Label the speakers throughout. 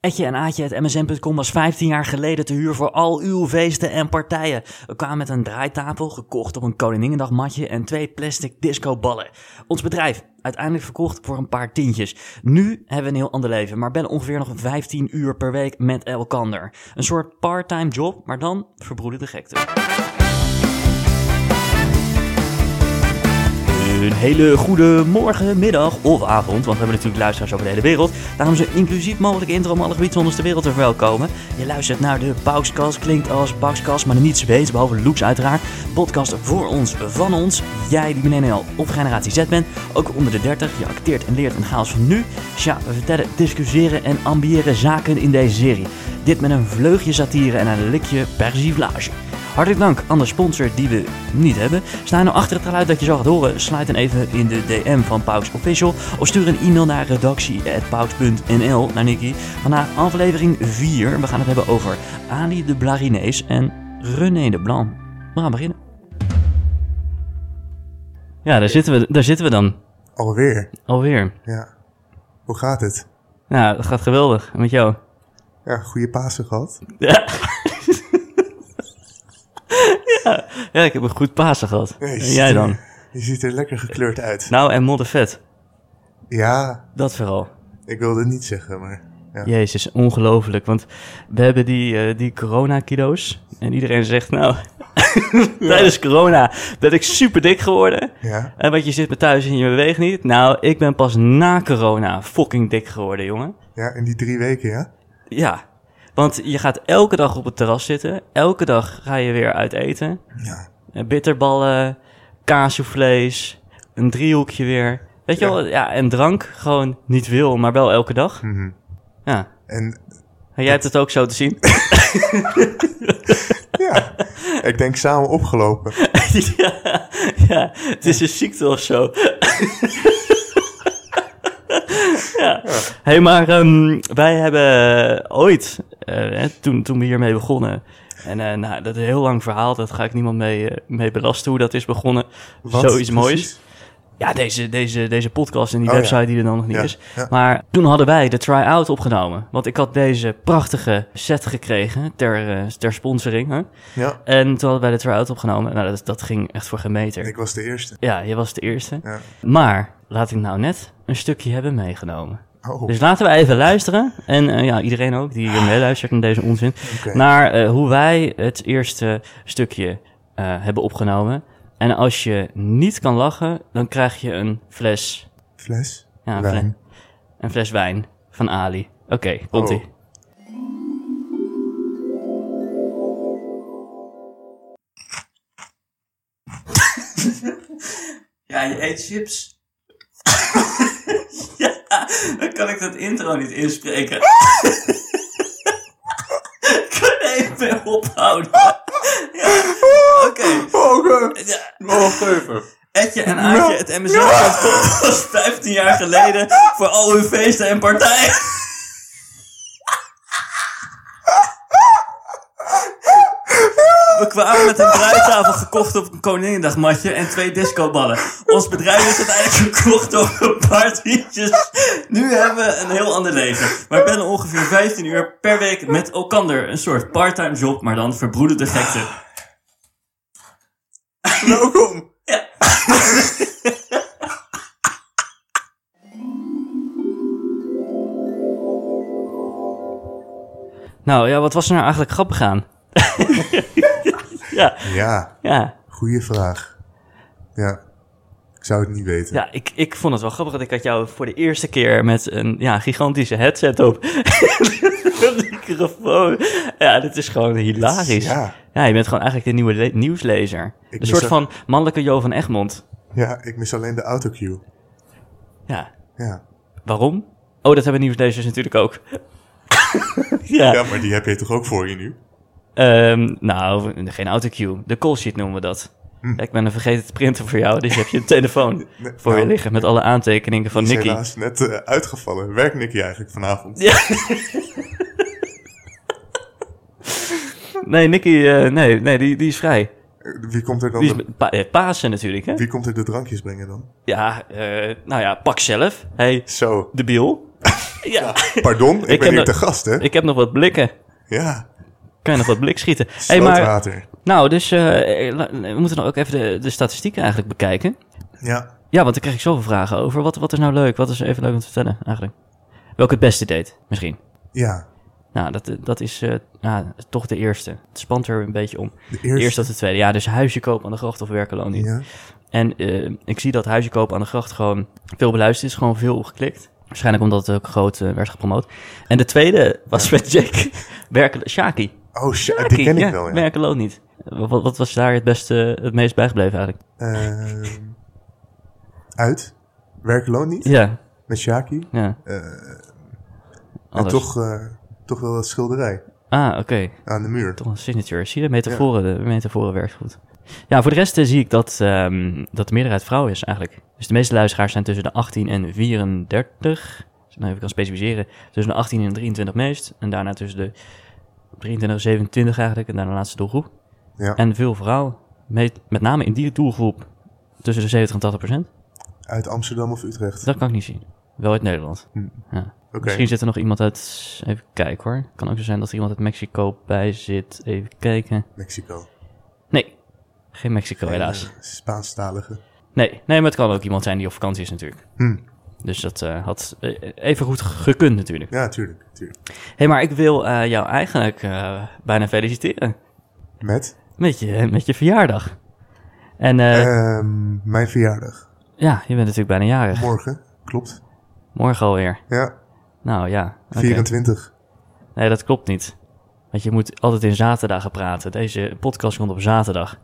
Speaker 1: Etje en Aatje, msn.com was 15 jaar geleden te huur voor al uw feesten en partijen. We kwamen met een draaitafel, gekocht op een Koninginnedagmatje en twee plastic discoballen. Ons bedrijf, uiteindelijk verkocht voor een paar tientjes. Nu hebben we een heel ander leven, maar bellen ongeveer nog 15 uur per week met elkander. Een soort part-time job, maar dan verbroeden de gekte. Een hele goede morgen, middag of avond, want we hebben natuurlijk luisteraars over de hele wereld. Daarom zo inclusief mogelijk intro om alle gebieden ter wereld te verwelkomen. Je luistert naar de Pauskast, klinkt als Pauskast, maar niets weet, behalve looks uiteraard. Podcast voor ons, van ons, jij die millennial of generatie Z bent, ook onder de 30. Je acteert en leert een chaos van nu. Tja, we vertellen, discussiëren en ambiëren zaken in deze serie. Dit met een vleugje satire en een likje persiflage. Hartelijk dank aan de sponsor die we niet hebben. Sta je nou achter het geluid dat je zo gaat horen? Sluit dan even in de DM van Pauks Official. Of stuur een e-mail naar redactie.pauks.nl naar Nicky. Vandaag aflevering 4. We gaan het hebben over Ali de Blarinees en René de Blanc. We gaan beginnen. Ja, daar zitten we, daar zitten we dan.
Speaker 2: Alweer,
Speaker 1: Alweer.
Speaker 2: ja. Hoe gaat het?
Speaker 1: Nou, dat gaat geweldig. En met jou?
Speaker 2: Ja, goede Pasen gehad.
Speaker 1: Ja. ja. Ja, ik heb een goed Pasen gehad.
Speaker 2: Nee, je
Speaker 1: en
Speaker 2: ziet
Speaker 1: jij
Speaker 2: er-
Speaker 1: dan?
Speaker 2: Je ziet er lekker gekleurd uit.
Speaker 1: Nou, en moddervet.
Speaker 2: Ja,
Speaker 1: Dat vooral.
Speaker 2: ik wilde het niet zeggen, maar... Ja.
Speaker 1: Jezus, ongelooflijk. Want we hebben die, eh, die corona-kilo's. En iedereen zegt, nou, tijdens corona ben ik super dik geworden.
Speaker 2: Ja,
Speaker 1: En want je zit me thuis en je beweegt niet. Nou, ik ben pas na corona fucking dik geworden, jongen.
Speaker 2: ja in die drie weken, ja?
Speaker 1: Ja, want je gaat elke dag op het terras zitten. Elke dag ga je weer uit eten.
Speaker 2: Ja.
Speaker 1: Eh, Bitterballen, kaasvlees, een driehoekje weer. Weet je
Speaker 2: Ja.
Speaker 1: wel, ja, en drank gewoon niet wil, maar wel elke dag.
Speaker 2: Mhm.
Speaker 1: Ja.
Speaker 2: En
Speaker 1: En jij hebt het ook zo te zien.
Speaker 2: ja, ik denk samen opgelopen.
Speaker 1: ja, ja, het is een ziekte of zo. ja. hey, maar ehm, wij hebben ooit, eh, hè, toen, toen we hiermee begonnen... En eh, nou, dat is een heel lang verhaal, dat ga ik niemand mee, eh, mee belasten hoe dat is begonnen.
Speaker 2: Wat
Speaker 1: Zoiets moois.
Speaker 2: precies?
Speaker 1: Ja, deze, deze, deze podcast en die
Speaker 2: Oh, ja.
Speaker 1: website die er dan nog niet
Speaker 2: Ja,
Speaker 1: is.
Speaker 2: ja.
Speaker 1: Maar toen hadden wij de try-out opgenomen. Want ik had deze prachtige set gekregen ter, eh, ter sponsoring. Hè?
Speaker 2: Ja,
Speaker 1: En toen hadden wij de try-out opgenomen. Nou, dat, dat ging echt voor geen meter.
Speaker 2: ik was de eerste.
Speaker 1: Ja, je was de eerste.
Speaker 2: Ja.
Speaker 1: Maar laat ik nou net een stukje hebben meegenomen.
Speaker 2: Oh,
Speaker 1: Dus laten we even luisteren. En eh, ja, iedereen ook die hier meeluistert naar deze onzin.
Speaker 2: Oké.
Speaker 1: Naar eh, hoe wij het eerste stukje eh, hebben opgenomen. En als je niet kan lachen, dan krijg je een fles,
Speaker 2: fles,
Speaker 1: Ja, een
Speaker 2: wijn.
Speaker 1: een fles wijn van Ali. Oké, komt-ie.
Speaker 2: Oh.
Speaker 1: Ja, je eet chips. ja, dan kan ik dat intro niet inspreken. kan even ophouden. Ja, oké.
Speaker 2: Oh, ge-
Speaker 1: Ja,
Speaker 2: oh, geven.
Speaker 1: Etje en Aatje, het MSN was 15 jaar geleden voor al uw feesten en partijen. We kwamen met een draaitafel gekocht op een Koningendagmatje en twee discoballen. Ons bedrijf is uiteindelijk verkocht door een paar tientjes. Nu hebben we een heel ander leven. Maar bellen ongeveer 15 uur per week met elkander. Een soort parttime job, maar dan verbroederde gekte.
Speaker 2: Welkom.
Speaker 1: Ja. Nou ja, wat was er nou eigenlijk grappig aan? ja,
Speaker 2: Ja,
Speaker 1: ja,
Speaker 2: goede vraag. Ja, ik zou het niet weten.
Speaker 1: ja ik, ik vond het wel grappig dat ik had jou voor de eerste keer met een ja, gigantische headset op. Een microfoon. Ja, dit is gewoon hilarisch.
Speaker 2: Ja.
Speaker 1: Ja, je bent gewoon eigenlijk de nieuwe le- nieuwslezer.
Speaker 2: Ik
Speaker 1: een soort
Speaker 2: mis-
Speaker 1: van mannelijke Jo van Egmond.
Speaker 2: Ja, ik mis alleen de autocue.
Speaker 1: Ja,
Speaker 2: Ja.
Speaker 1: Waarom? Oh, dat hebben nieuwslezers natuurlijk ook. ja.
Speaker 2: ja, maar die heb je toch ook voor je nu?
Speaker 1: Ehm, nou, geen autocue. De call sheet noemen we dat. Ik ben een vergeten te printen voor jou, dus heb je een telefoon
Speaker 2: Hm. Nee,
Speaker 1: voor je
Speaker 2: nou,
Speaker 1: liggen met alle aantekeningen van
Speaker 2: Die is
Speaker 1: Nicky.
Speaker 2: helaas net eh, uitgevallen. Werkt Nicky eigenlijk vanavond?
Speaker 1: Nee, Nicky, eh, nee, nee die, die is vrij.
Speaker 2: Eh, Wie komt er dan?
Speaker 1: Die is
Speaker 2: de,
Speaker 1: met pa- eh, Pasen natuurlijk, hè?
Speaker 2: wie komt er de drankjes brengen dan?
Speaker 1: Ja, eh, nou ja, pak zelf. Hey,
Speaker 2: Zo.
Speaker 1: debiel. Ja.
Speaker 2: Pardon, ik,
Speaker 1: Ik
Speaker 2: ben
Speaker 1: heb
Speaker 2: hier
Speaker 1: de-
Speaker 2: te gast, hè?
Speaker 1: Ik heb nog wat blikken.
Speaker 2: Ja,
Speaker 1: Kan je nog wat blik schieten? Hey, maar,
Speaker 2: slootwater.
Speaker 1: nou, dus eh, la- we moeten dan ook even de, de statistieken eigenlijk bekijken.
Speaker 2: Ja,
Speaker 1: Ja, want dan krijg ik zoveel vragen over. Wat, wat is nou leuk? Wat is even leuk om te vertellen eigenlijk? Welke het beste deed, misschien?
Speaker 2: ja.
Speaker 1: Nou, dat, dat is eh, nou, toch de eerste. Het spant er een beetje om.
Speaker 2: De
Speaker 1: Eerst,
Speaker 2: eerste.
Speaker 1: dat de tweede. Ja, dus huisje kopen aan de gracht of werkeloon niet.
Speaker 2: ja.
Speaker 1: En eh, ik zie dat huisje kopen aan de gracht gewoon veel beluisterd is. Gewoon veel geklikt. Waarschijnlijk omdat het ook groot eh, werd gepromoot. En de tweede was met Jack. Werkelo- Shaki.
Speaker 2: Oh, sh- die ken ik wel, ja.
Speaker 1: Werkeloon niet. Wat, wat was daar het, beste, het meest bijgebleven eigenlijk?
Speaker 2: Ehm, uit. Werkeloon niet.
Speaker 1: Ja,
Speaker 2: Met Shaki.
Speaker 1: ja.
Speaker 2: En
Speaker 1: Alles.
Speaker 2: toch, eh, toch wel dat schilderij
Speaker 1: Ah, oké.
Speaker 2: aan de muur.
Speaker 1: Toch een signature. Zie je, de metaforen, de metaforen werkt goed. Ja, voor de rest eh, zie ik dat, ehm, dat de meerderheid vrouw is eigenlijk. Dus de meeste luisteraars zijn tussen de 18 en 34. Als ik nou even kan specificeren. Tussen de 18 en 23 meest. En daarna tussen de 23 en 27 eigenlijk. En daarna de laatste doelgroep.
Speaker 2: Ja.
Speaker 1: En veel vrouwen. Met, met name in die doelgroep tussen de 70 en 80 procent.
Speaker 2: Uit Amsterdam of Utrecht.
Speaker 1: Dat kan ik niet zien. Wel uit Nederland. Ja.
Speaker 2: Oké.
Speaker 1: Misschien zit er nog iemand uit... Even kijken hoor. kan ook zo zijn dat er iemand uit Mexico bij zit. Even kijken.
Speaker 2: Mexico.
Speaker 1: Nee, geen Mexico helaas.
Speaker 2: Eh, Spaanstalige.
Speaker 1: Nee, nee, maar het kan ook iemand zijn die op vakantie is natuurlijk.
Speaker 2: Hm.
Speaker 1: Dus dat eh, had eh, even goed gekund natuurlijk.
Speaker 2: Ja, tuurlijk, tuurlijk.
Speaker 1: Hé, maar ik wil eh, jou eigenlijk eh, bijna feliciteren
Speaker 2: Met
Speaker 1: met je, met je verjaardag. En eh,
Speaker 2: ehm, mijn verjaardag.
Speaker 1: ja, je bent natuurlijk bijna jarig.
Speaker 2: Morgen, klopt.
Speaker 1: Morgen alweer.
Speaker 2: Ja,
Speaker 1: Nou ja, oké.
Speaker 2: 24.
Speaker 1: nee, dat klopt niet. Want je moet altijd in zaterdagen praten. Deze podcast komt op zaterdag.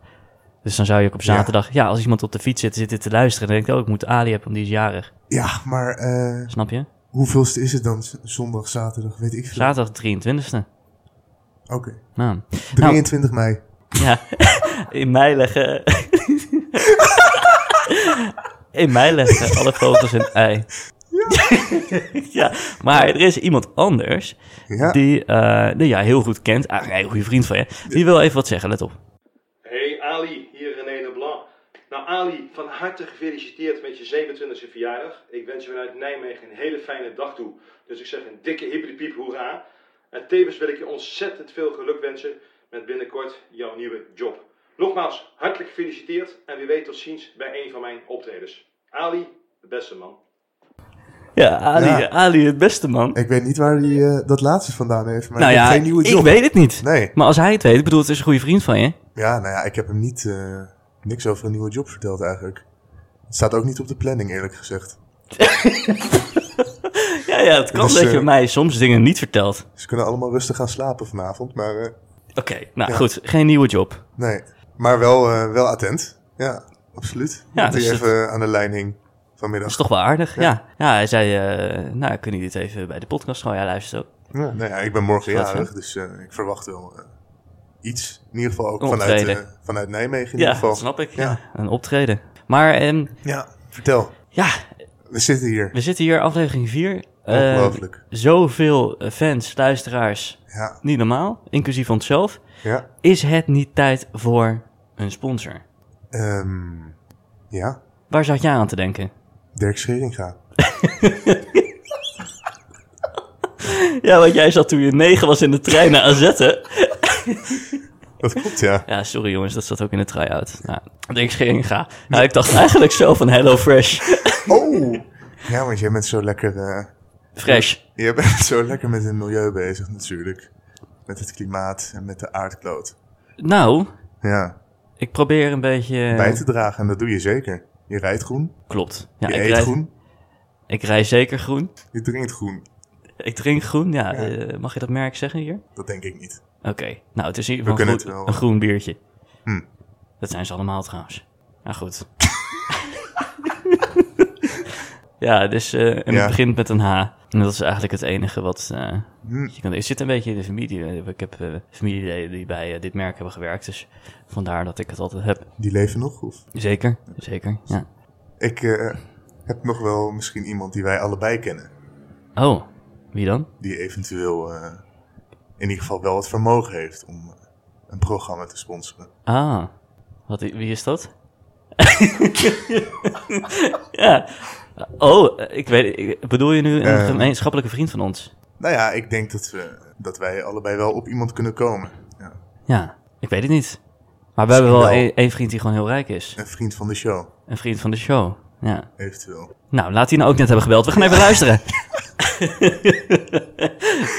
Speaker 1: Dus dan zou je ook op
Speaker 2: Ja.
Speaker 1: zaterdag... Ja, als iemand op de fiets zit, zit dit te luisteren... dan denk ik, oh, ik moet Ali hebben, want die is jarig.
Speaker 2: Ja, maar eh
Speaker 1: Snap je?
Speaker 2: hoeveelste is het dan? Z- Zondag, zaterdag, weet ik veel.
Speaker 1: Zaterdag 23e.
Speaker 2: Oké.
Speaker 1: Nou,
Speaker 2: 23 mei.
Speaker 1: ja. In mij leggen. In mij leggen alle vogels een ei. Ja. maar er is iemand anders
Speaker 2: Ja.
Speaker 1: die eh die jij heel goed kent. Ah, een goede vriend van je. Die wil even wat zeggen, let op.
Speaker 3: Hey Ali, hier René Leblanc. Nou Ali, van harte gefeliciteerd met je 27e verjaardag. Ik wens je vanuit Nijmegen een hele fijne dag toe. Dus ik zeg een dikke hippiepiep hoera. En tevens wil ik je ontzettend veel geluk wensen met binnenkort jouw nieuwe job. Nogmaals, hartelijk gefeliciteerd en wie weet tot ziens bij een van mijn optredens. Ali, de beste man.
Speaker 1: Ja, Ali,
Speaker 2: Ja.
Speaker 1: Ali het beste man.
Speaker 2: Ik weet niet waar hij eh, dat laatste vandaan heeft, maar
Speaker 1: nou
Speaker 2: ik heb
Speaker 1: ja,
Speaker 2: geen nieuwe job.
Speaker 1: ik weet het niet.
Speaker 2: Nee.
Speaker 1: Maar als hij het weet, ik bedoel, het is een goede vriend van je.
Speaker 2: Ja, nou ja, ik heb hem niet, eh, niks over een nieuwe job verteld eigenlijk. Het staat ook niet op de planning, eerlijk gezegd.
Speaker 1: Ja, ja het kan
Speaker 2: Dus,
Speaker 1: dat je
Speaker 2: eh,
Speaker 1: mij soms dingen niet vertelt.
Speaker 2: Ze kunnen allemaal rustig gaan slapen vanavond, maar eh,
Speaker 1: Oké, nou
Speaker 2: Ja.
Speaker 1: goed, geen nieuwe job.
Speaker 2: nee. Maar wel, eh, wel attent. Ja, absoluut.
Speaker 1: Ja,
Speaker 2: dat
Speaker 1: dus
Speaker 2: hij
Speaker 1: dat-
Speaker 2: even aan de lijn hing
Speaker 1: Dat
Speaker 2: vanmiddag.
Speaker 1: is toch wel aardig, ja. Ja, hij zei, eh nou, kunnen jullie dit even bij de podcast gooien? Ja, luister ook.
Speaker 2: Ja, nou ja, ik ben morgen
Speaker 1: Is dat
Speaker 2: jarig,
Speaker 1: zo?
Speaker 2: dus eh, ik verwacht wel eh, iets. In ieder geval ook
Speaker 1: Een
Speaker 2: vanuit,
Speaker 1: optreden.
Speaker 2: eh, vanuit Nijmegen
Speaker 1: Ja,
Speaker 2: in ieder geval.
Speaker 1: dat snap ik. Ja.
Speaker 2: Ja.
Speaker 1: Een optreden. Maar ehm,
Speaker 2: Ja, vertel.
Speaker 1: ja,
Speaker 2: We zitten hier.
Speaker 1: we zitten hier, aflevering 4.
Speaker 2: Ongelooflijk.
Speaker 1: zoveel eh, fans, luisteraars,
Speaker 2: Ja,
Speaker 1: niet normaal, inclusief onszelf.
Speaker 2: ja.
Speaker 1: Is het niet tijd voor een sponsor?
Speaker 2: Ehm, ja,
Speaker 1: Waar zat jij aan te denken?
Speaker 2: Dirk Scheringa.
Speaker 1: Ja, want jij zat toen je negen was in de trein naar AZ, hè?
Speaker 2: Dat klopt, ja.
Speaker 1: Ja, sorry jongens, dat zat ook in de try-out. Nou, ik ging ga. Nou, ik dacht eigenlijk zo van Hello Fresh.
Speaker 2: Oh! Ja, want jij bent zo lekker... eh,
Speaker 1: Fresh.
Speaker 2: Je bent zo lekker met het milieu bezig natuurlijk. Met het klimaat en met de aardkloot.
Speaker 1: Nou,
Speaker 2: Ja,
Speaker 1: ik probeer een beetje...
Speaker 2: bij te dragen en dat doe je zeker. Je rijdt groen,
Speaker 1: Klopt. Ja,
Speaker 2: je
Speaker 1: ik,
Speaker 2: eet
Speaker 1: rij,
Speaker 2: groen,
Speaker 1: ik rij zeker groen.
Speaker 2: je drinkt groen.
Speaker 1: Ik drink groen, ja. eh, mag je dat merk zeggen hier?
Speaker 2: Dat denk ik niet.
Speaker 1: Oké. Nou, het is in ieder geval
Speaker 2: kunnen
Speaker 1: goed-
Speaker 2: het wel.
Speaker 1: een groen biertje.
Speaker 2: Hm.
Speaker 1: Dat zijn ze allemaal trouwens. Nou goed. ja, dus eh, en
Speaker 2: Ja.
Speaker 1: het begint met een H. En dat is eigenlijk het enige wat eh,
Speaker 2: Hm.
Speaker 1: je kan doen. Ik zit een beetje in de familie. Ik heb eh, familieleden die bij eh, dit merk hebben gewerkt. Dus vandaar dat ik het altijd heb.
Speaker 2: Die leven nog? Of?
Speaker 1: Zeker, zeker, ja.
Speaker 2: Ik eh, heb nog wel misschien iemand die wij allebei kennen.
Speaker 1: Oh, wie dan?
Speaker 2: Die eventueel eh, in ieder geval wel het vermogen heeft om eh, een programma te sponsoren.
Speaker 1: Ah, wat, i- wie is dat? ja, Oh, eh, ik weet, ik- bedoel je nu een
Speaker 2: Eh.
Speaker 1: gemeenschappelijke vriend van ons?
Speaker 2: Nou ja, ik denk dat, we, dat wij allebei wel op iemand kunnen komen. Ja.
Speaker 1: Ja, ik weet het niet. Maar we hebben wel
Speaker 2: Misschien wel.
Speaker 1: één één vriend die gewoon heel rijk is.
Speaker 2: Een vriend van de show,
Speaker 1: Een vriend van de show. Ja.
Speaker 2: eventueel.
Speaker 1: Nou, laat die nou ook net hebben gebeld. We gaan even luisteren.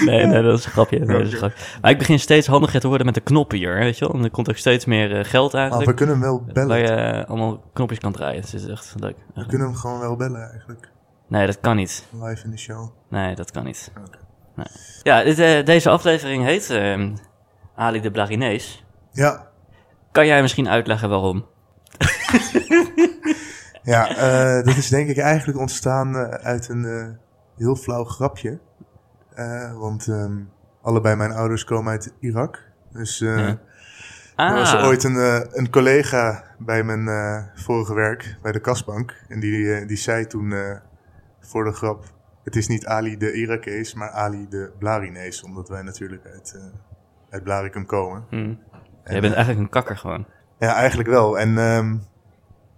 Speaker 1: nee, nee, dat is een grapje. Nee, dat is een grapje. Maar ik begin steeds handiger te worden met de knoppen hier, weet je wel. En er komt ook steeds meer eh, geld
Speaker 2: Maar Ah, we
Speaker 1: eigenlijk.
Speaker 2: kunnen hem wel bellen.
Speaker 1: Waar je eh, allemaal knopjes kan draaien. Dus het is echt leuk.
Speaker 2: We kunnen hem gewoon wel bellen eigenlijk.
Speaker 1: Nee, dat kan niet.
Speaker 2: Live in de show.
Speaker 1: Nee, dat kan niet.
Speaker 2: Oké.
Speaker 1: Nee. Ja, dit, eh, deze aflevering heet eh, Ali de Blarinees.
Speaker 2: Ja,
Speaker 1: Kan jij misschien uitleggen waarom?
Speaker 2: ja eh, dat is denk ik eigenlijk ontstaan eh, uit een eh, heel flauw grapje. Eh, want ehm, allebei mijn ouders komen uit Irak. Dus eh,
Speaker 1: Ja.
Speaker 2: er was
Speaker 1: Ah,
Speaker 2: ooit een, eh, een collega bij mijn eh, vorige werk, bij de kasbank. En die, eh, die zei toen eh, voor de grap... Het is niet Ali de Irakees, maar Ali de Blarinees. Omdat wij natuurlijk uit, eh, uit Blaricum komen.
Speaker 1: hm. Jij
Speaker 2: eh,
Speaker 1: bent eigenlijk een kakker gewoon.
Speaker 2: Ja, eigenlijk wel. En ehm,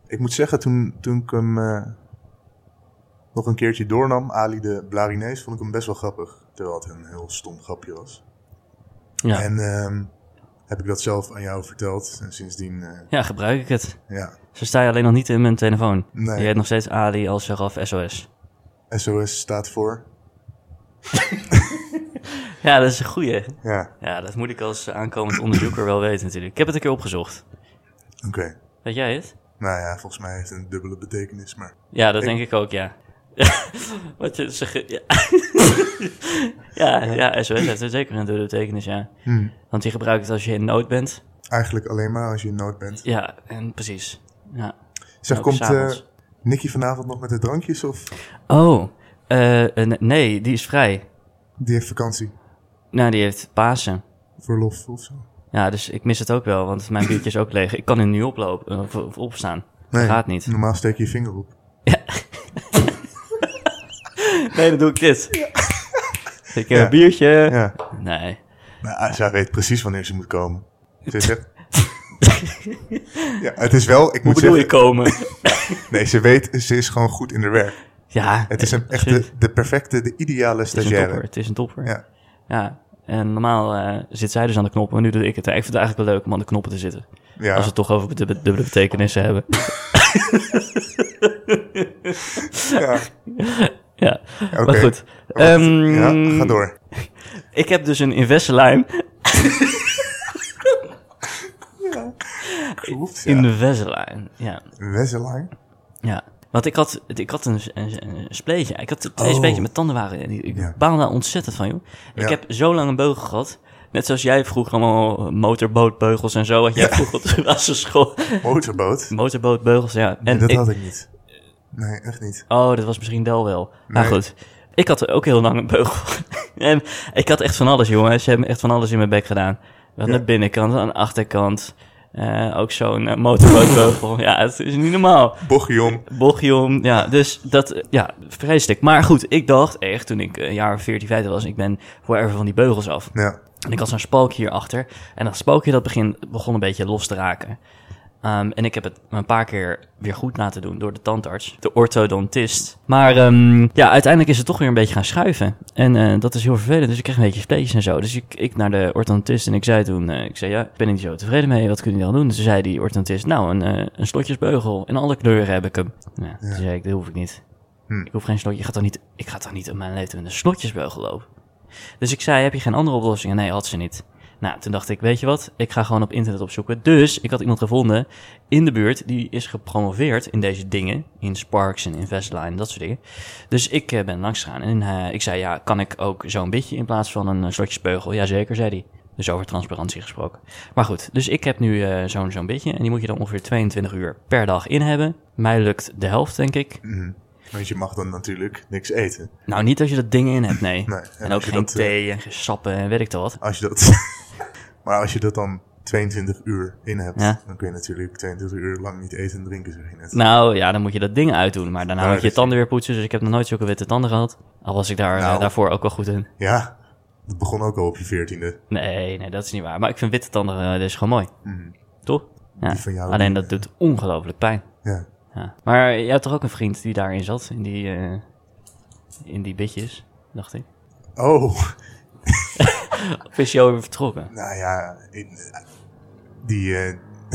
Speaker 2: ik moet zeggen, toen, toen ik hem eh, nog een keertje doornam, Ali de Blarinees, vond ik hem best wel grappig. Terwijl het een heel stom grapje was.
Speaker 1: Ja.
Speaker 2: En ehm, heb ik dat zelf aan jou verteld. En sindsdien, eh,
Speaker 1: ja, gebruik ik het.
Speaker 2: ja,
Speaker 1: Ze sta je alleen nog niet in mijn telefoon.
Speaker 2: Nee.
Speaker 1: Je heet nog steeds Ali al Sharaf SOS.
Speaker 2: SOS staat voor.
Speaker 1: Ja, dat is een goeie.
Speaker 2: Ja,
Speaker 1: Ja, dat moet ik als eh, aankomend onderzoeker wel weten natuurlijk. Ik heb het een keer opgezocht.
Speaker 2: oké.
Speaker 1: Weet jij het?
Speaker 2: Nou ja, volgens mij heeft het een dubbele betekenis, maar...
Speaker 1: Ja, dat denk ik ook, ja. Wat je zegt... Ja. ja, Hmm. ja, SOS heeft er zeker een dubbele betekenis, ja.
Speaker 2: Hm,
Speaker 1: Want die gebruikt het als je in nood bent.
Speaker 2: eigenlijk alleen maar als je in nood bent.
Speaker 1: Ja, en precies. Ja.
Speaker 2: Zeg,
Speaker 1: ook
Speaker 2: komt eh
Speaker 1: s'avonds.
Speaker 2: Nicky vanavond nog met de drankjes of
Speaker 1: Oh, eh, eh, nee, die is vrij.
Speaker 2: die heeft vakantie?
Speaker 1: Nou, die heeft Pasen.
Speaker 2: Verlof of zo?
Speaker 1: Ja, dus ik mis het ook wel, want mijn biertje is ook leeg. Ik kan er nu oplopen, eh, of, of opstaan.
Speaker 2: Nee,
Speaker 1: dat gaat niet.
Speaker 2: normaal steek je je vinger op.
Speaker 1: Nee, dan doe ik dit. Ik heb
Speaker 2: Ja.
Speaker 1: een biertje.
Speaker 2: Ja.
Speaker 1: Nee.
Speaker 2: Nou, ah, zij weet precies wanneer ze moet komen. Ze zegt... ja, het is wel,
Speaker 1: Hoe
Speaker 2: ik moet
Speaker 1: bedoel
Speaker 2: zeggen...
Speaker 1: je komen?
Speaker 2: Nee, ze weet, ze is gewoon goed in haar werk.
Speaker 1: ja. eh,
Speaker 2: Het is een, echt
Speaker 1: absoluut.
Speaker 2: de, de perfecte, de ideale
Speaker 1: Het is een topper.
Speaker 2: stagiaire.
Speaker 1: Het is een topper. Ja.
Speaker 2: Ja.
Speaker 1: En normaal eh, zit zij dus aan de knoppen, maar nu doe ik het. Ik vind het eigenlijk wel leuk om aan de knoppen te zitten. Als we
Speaker 2: Ja,
Speaker 1: het toch over de dubbele betekenissen hebben.
Speaker 2: ja.
Speaker 1: ja,
Speaker 2: oké.
Speaker 1: maar goed.
Speaker 2: Oh, Wacht.
Speaker 1: Ehm,
Speaker 2: Ja, ga door.
Speaker 1: Ik heb dus een Investelijn.
Speaker 2: Klopt, ja.
Speaker 1: Investelijn, ja.
Speaker 2: Wesseling?
Speaker 1: Ja. Want ik had, ik had een, een, een spleetje. Ik had twee
Speaker 2: Oh.
Speaker 1: spleetjes. Mijn tanden waren... en Ik
Speaker 2: Ja.
Speaker 1: baal daar ontzettend van, joh. Ik
Speaker 2: Ja.
Speaker 1: heb zo lang een beugel gehad. Net zoals jij vroeger allemaal motorbootbeugels en zo. Had jij vroeger op de basisschool.
Speaker 2: Motorboot?
Speaker 1: Motorbootbeugels, ja.
Speaker 2: En
Speaker 1: En
Speaker 2: dat
Speaker 1: ik-
Speaker 2: had ik niet. Nee, echt niet.
Speaker 1: Oh, dat was misschien Del wel. Maar
Speaker 2: Nee.
Speaker 1: goed, ik had ook heel lang een beugel. en ik had echt van alles, jongen. Ze hebben echt van alles in mijn bek gedaan. Aan
Speaker 2: Ja.
Speaker 1: de binnenkant, aan de achterkant. Eh, ook zo'n eh, motorbootbeugel. ja, het is niet normaal.
Speaker 2: Bochie om.
Speaker 1: Bochium, ja, dus dat, eh, ja, vreselijk. Maar goed, ik dacht echt, toen ik eh, een jaar of 14, 15 was, ik ben forever van die beugels af.
Speaker 2: Ja,
Speaker 1: En ik had zo'n spookje hierachter. En dat spookje dat begin, begon een beetje los te raken. Ehm, en ik heb het een paar keer weer goed laten doen door de tandarts, de orthodontist. Maar ehm, ja, uiteindelijk is het toch weer een beetje gaan schuiven. En eh, dat is heel vervelend, dus ik kreeg een beetje spleetjes en zo. Dus ik, ik naar de orthodontist en ik zei toen, eh, ik zei ja, ik ben er niet zo tevreden mee, wat kunnen jullie dan doen? Dus Toen zei die orthodontist, nou, een, eh, een slotjesbeugel, in alle kleuren heb ik hem. Ja, Toen
Speaker 2: Ja.
Speaker 1: zei ik, dat hoef ik niet.
Speaker 2: Hm.
Speaker 1: Ik hoef geen slotje, je gaat toch niet, ik ga toch niet op mijn leeftijd met een slotjesbeugel lopen? Dus ik zei, heb je geen andere oplossingen? Nee, had ze niet. Nou, toen dacht ik, weet je wat, ik ga gewoon op internet opzoeken. Dus ik had iemand gevonden in de buurt die is gepromoveerd in deze dingen. In Sparks en in Vestline, dat soort dingen. Dus ik eh, ben langs gegaan en eh, ik zei, ja, kan ik ook zo'n bitje in plaats van een eh, slotjesbeugel? Jazeker, zei hij. Dus over transparantie gesproken. Maar goed, dus ik heb nu eh, zo'n zo'n bitje en die moet je dan ongeveer 22 uur per dag in hebben. Mij lukt de helft, denk ik.
Speaker 2: mhm. Want je mag dan natuurlijk niks eten.
Speaker 1: Nou, niet als je dat ding in hebt, nee.
Speaker 2: Nee, en
Speaker 1: en ook
Speaker 2: als je
Speaker 1: geen
Speaker 2: dat, eh,
Speaker 1: thee en geen sappen en weet ik dat wat.
Speaker 2: Als je dat... maar als je dat dan 22 uur in hebt,
Speaker 1: Ja.
Speaker 2: dan kun je natuurlijk 22 uur lang niet eten en drinken, zeg je net.
Speaker 1: Nou ja, dan moet je dat ding uitdoen. Maar daarna
Speaker 2: Ja,
Speaker 1: moet je je
Speaker 2: dat-
Speaker 1: tanden weer poetsen. Dus ik heb nog nooit zulke witte tanden gehad. Al was ik daar, eh,
Speaker 2: Nou.
Speaker 1: daarvoor ook wel goed in.
Speaker 2: Ja, dat begon ook al op je veertiende.
Speaker 1: Nee, nee, dat is niet waar. Maar ik vind witte tanden eh, dat is gewoon mooi. Toch? Ja.
Speaker 2: Mhm. Die van jou
Speaker 1: Alleen
Speaker 2: niet,
Speaker 1: dat doet ongelooflijk pijn.
Speaker 2: Ja.
Speaker 1: Ja. Maar jij had toch ook een vriend die daarin zat, in die, eh, in die bitjes, dacht ik.
Speaker 2: Oh,
Speaker 1: Of is hij alweer vertrokken?
Speaker 2: nou ja, in, eh, die, eh,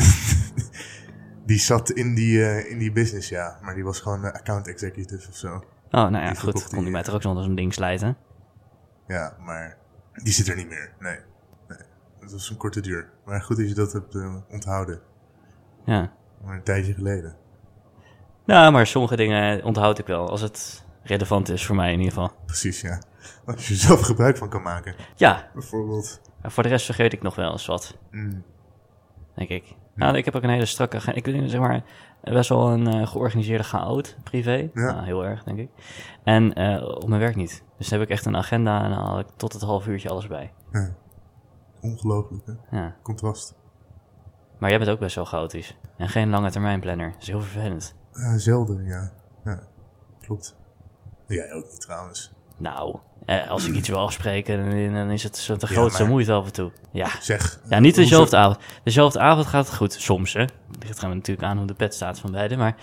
Speaker 2: die zat in die, eh, in die business, ja. Maar die was gewoon eh, account executive of zo.
Speaker 1: Oh, nou ja,
Speaker 2: Die
Speaker 1: goed.
Speaker 2: verkocht
Speaker 1: Kon hij
Speaker 2: die, eh.
Speaker 1: mij toch ook zonder zo'n ding slijten?
Speaker 2: Ja, maar die zit er niet meer. Nee. nee. Dat was een korte duur. Maar goed dat je dat hebt eh, onthouden.
Speaker 1: Ja.
Speaker 2: Maar een tijdje geleden.
Speaker 1: Nou, maar sommige dingen onthoud ik wel, als het relevant is voor mij in ieder geval.
Speaker 2: Precies, ja. Als je er zelf gebruik van kan maken.
Speaker 1: Ja,
Speaker 2: Bijvoorbeeld.
Speaker 1: maar voor de rest vergeet ik nog wel eens wat,
Speaker 2: Mm,
Speaker 1: denk
Speaker 2: Hmm.
Speaker 1: ik. Nou, ik heb ook een hele strakke... ge- Ik ben zeg maar best wel een eh, georganiseerde chaot, privé.
Speaker 2: Ja.
Speaker 1: Nou, heel erg, denk ik. En eh, op mijn werk niet. Dus dan heb ik echt een agenda en dan haal ik tot het half uurtje alles bij.
Speaker 2: ja. Ongelooflijk, hè?
Speaker 1: Ja.
Speaker 2: Contrast.
Speaker 1: Maar jij bent ook best wel chaotisch. En geen lange termijn planner. Dat is heel vervelend.
Speaker 2: Eh, zelden, ja. ja. Klopt. Jij ook niet, trouwens.
Speaker 1: Nou, eh, als ik iets wil afspreken, dan, dan is het zo de
Speaker 2: Ja,
Speaker 1: grootste
Speaker 2: maar-
Speaker 1: moeite af en toe. Ja.
Speaker 2: Zeg.
Speaker 1: Ja, niet
Speaker 2: hoezo-
Speaker 1: dezelfde avond. Dezelfde avond gaat het goed, soms hè. Ligt er natuurlijk aan hoe de pet staat van beide, maar...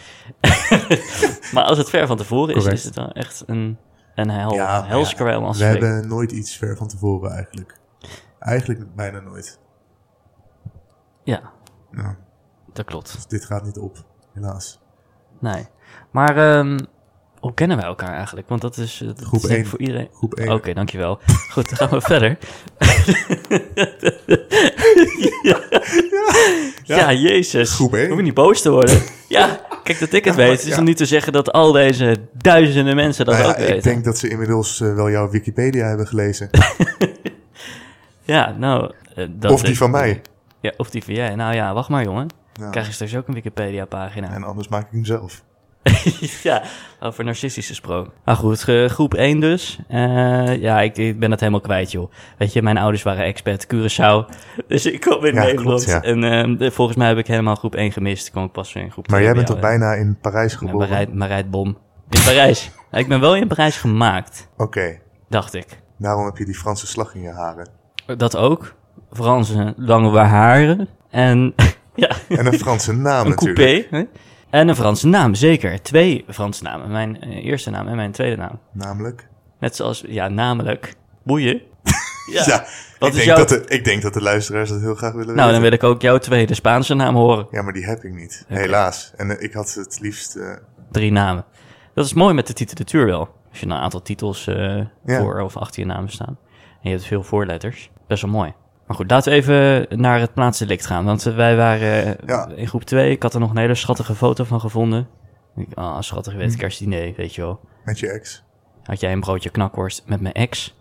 Speaker 1: maar als het ver van tevoren is,
Speaker 2: Correct.
Speaker 1: is het dan echt een, een hel,
Speaker 2: Ja,
Speaker 1: ja,
Speaker 2: maar ja,
Speaker 1: helskarwel als
Speaker 2: We
Speaker 1: te spreken.
Speaker 2: hebben nooit iets ver van tevoren, eigenlijk. Eigenlijk bijna nooit.
Speaker 1: Ja,
Speaker 2: Nou,
Speaker 1: dat klopt.
Speaker 2: dus dit gaat niet op, helaas.
Speaker 1: Nee. Maar ehm, hoe kennen wij elkaar eigenlijk? Want dat is, eh, dat is
Speaker 2: Groep
Speaker 1: denk ik
Speaker 2: één.
Speaker 1: voor iedereen.
Speaker 2: Groep 1.
Speaker 1: Oké, dankjewel. Goed, dan gaan we verder. ja.
Speaker 2: Ja.
Speaker 1: jezus.
Speaker 2: Groep één.
Speaker 1: Hoef je niet boos te worden. Ja, kijk dat ik het weet. Het is
Speaker 2: ja.
Speaker 1: om niet te zeggen dat al deze duizenden mensen dat
Speaker 2: Nou ja,
Speaker 1: ook weten.
Speaker 2: ik denk dat ze inmiddels eh, wel jouw Wikipedia hebben gelezen.
Speaker 1: Ja, nou... eh, dat
Speaker 2: of die
Speaker 1: is-
Speaker 2: van mij.
Speaker 1: Ja, of die van jij. Nou ja, wacht maar jongen.
Speaker 2: Ja.
Speaker 1: Krijg je straks ook een Wikipedia-pagina.
Speaker 2: En anders maak ik hem zelf.
Speaker 1: ja, over narcistisch gesproken. Maar goed, ge- groep 1 dus. Eh, ja, ik, ik ben dat helemaal kwijt, joh. Weet je, mijn ouders waren expert Curaçao. Dus ik kwam in
Speaker 2: Ja,
Speaker 1: Nederland.
Speaker 2: klopt, ja.
Speaker 1: En ehm, de- volgens mij heb ik helemaal groep 1 gemist. kwam ik pas weer in groep
Speaker 2: Maar
Speaker 1: 2
Speaker 2: jij bent toch
Speaker 1: jou,
Speaker 2: bijna in Parijs
Speaker 1: hè? Ja,
Speaker 2: geboren?
Speaker 1: Marijt- Marijtbom. In Parijs. Ja, ik ben wel in Parijs gemaakt,
Speaker 2: Oké,
Speaker 1: dacht ik.
Speaker 2: daarom heb je die Franse slag in je haren.
Speaker 1: Dat ook. Franse lange haren. En ja,
Speaker 2: En een Franse naam
Speaker 1: een
Speaker 2: natuurlijk.
Speaker 1: coupé. hè? En een Franse naam, zeker. Twee Franse namen. Mijn eh, eerste naam en mijn tweede naam.
Speaker 2: Namelijk.
Speaker 1: Net zoals, ja, namelijk boeien.
Speaker 2: Ja,
Speaker 1: Wat is
Speaker 2: ik, denk
Speaker 1: jouw-
Speaker 2: dat de, ik denk dat de luisteraars dat heel graag willen
Speaker 1: Nou, dan
Speaker 2: weten.
Speaker 1: wil ik ook jouw tweede Spaanse naam horen.
Speaker 2: Ja, maar die heb ik niet. Helaas. En eh, ik had het liefst... eh,
Speaker 1: Drie namen. Dat is mooi met de titulatuur wel. Als je een aantal titels eh,
Speaker 2: Ja.
Speaker 1: voor of achter je namen staan. En je hebt veel voorletters. Best wel mooi. Maar goed, laten we even naar het plaatsdelict gaan. Want eh, wij waren eh,
Speaker 2: Ja.
Speaker 1: in groep 2. Ik had er nog een hele schattige foto van gevonden. Ik- Ah, schattig, weet
Speaker 2: Hm.
Speaker 1: kerstdiner, weet je wel.
Speaker 2: met je ex.
Speaker 1: Had jij een broodje knakworst met mijn ex?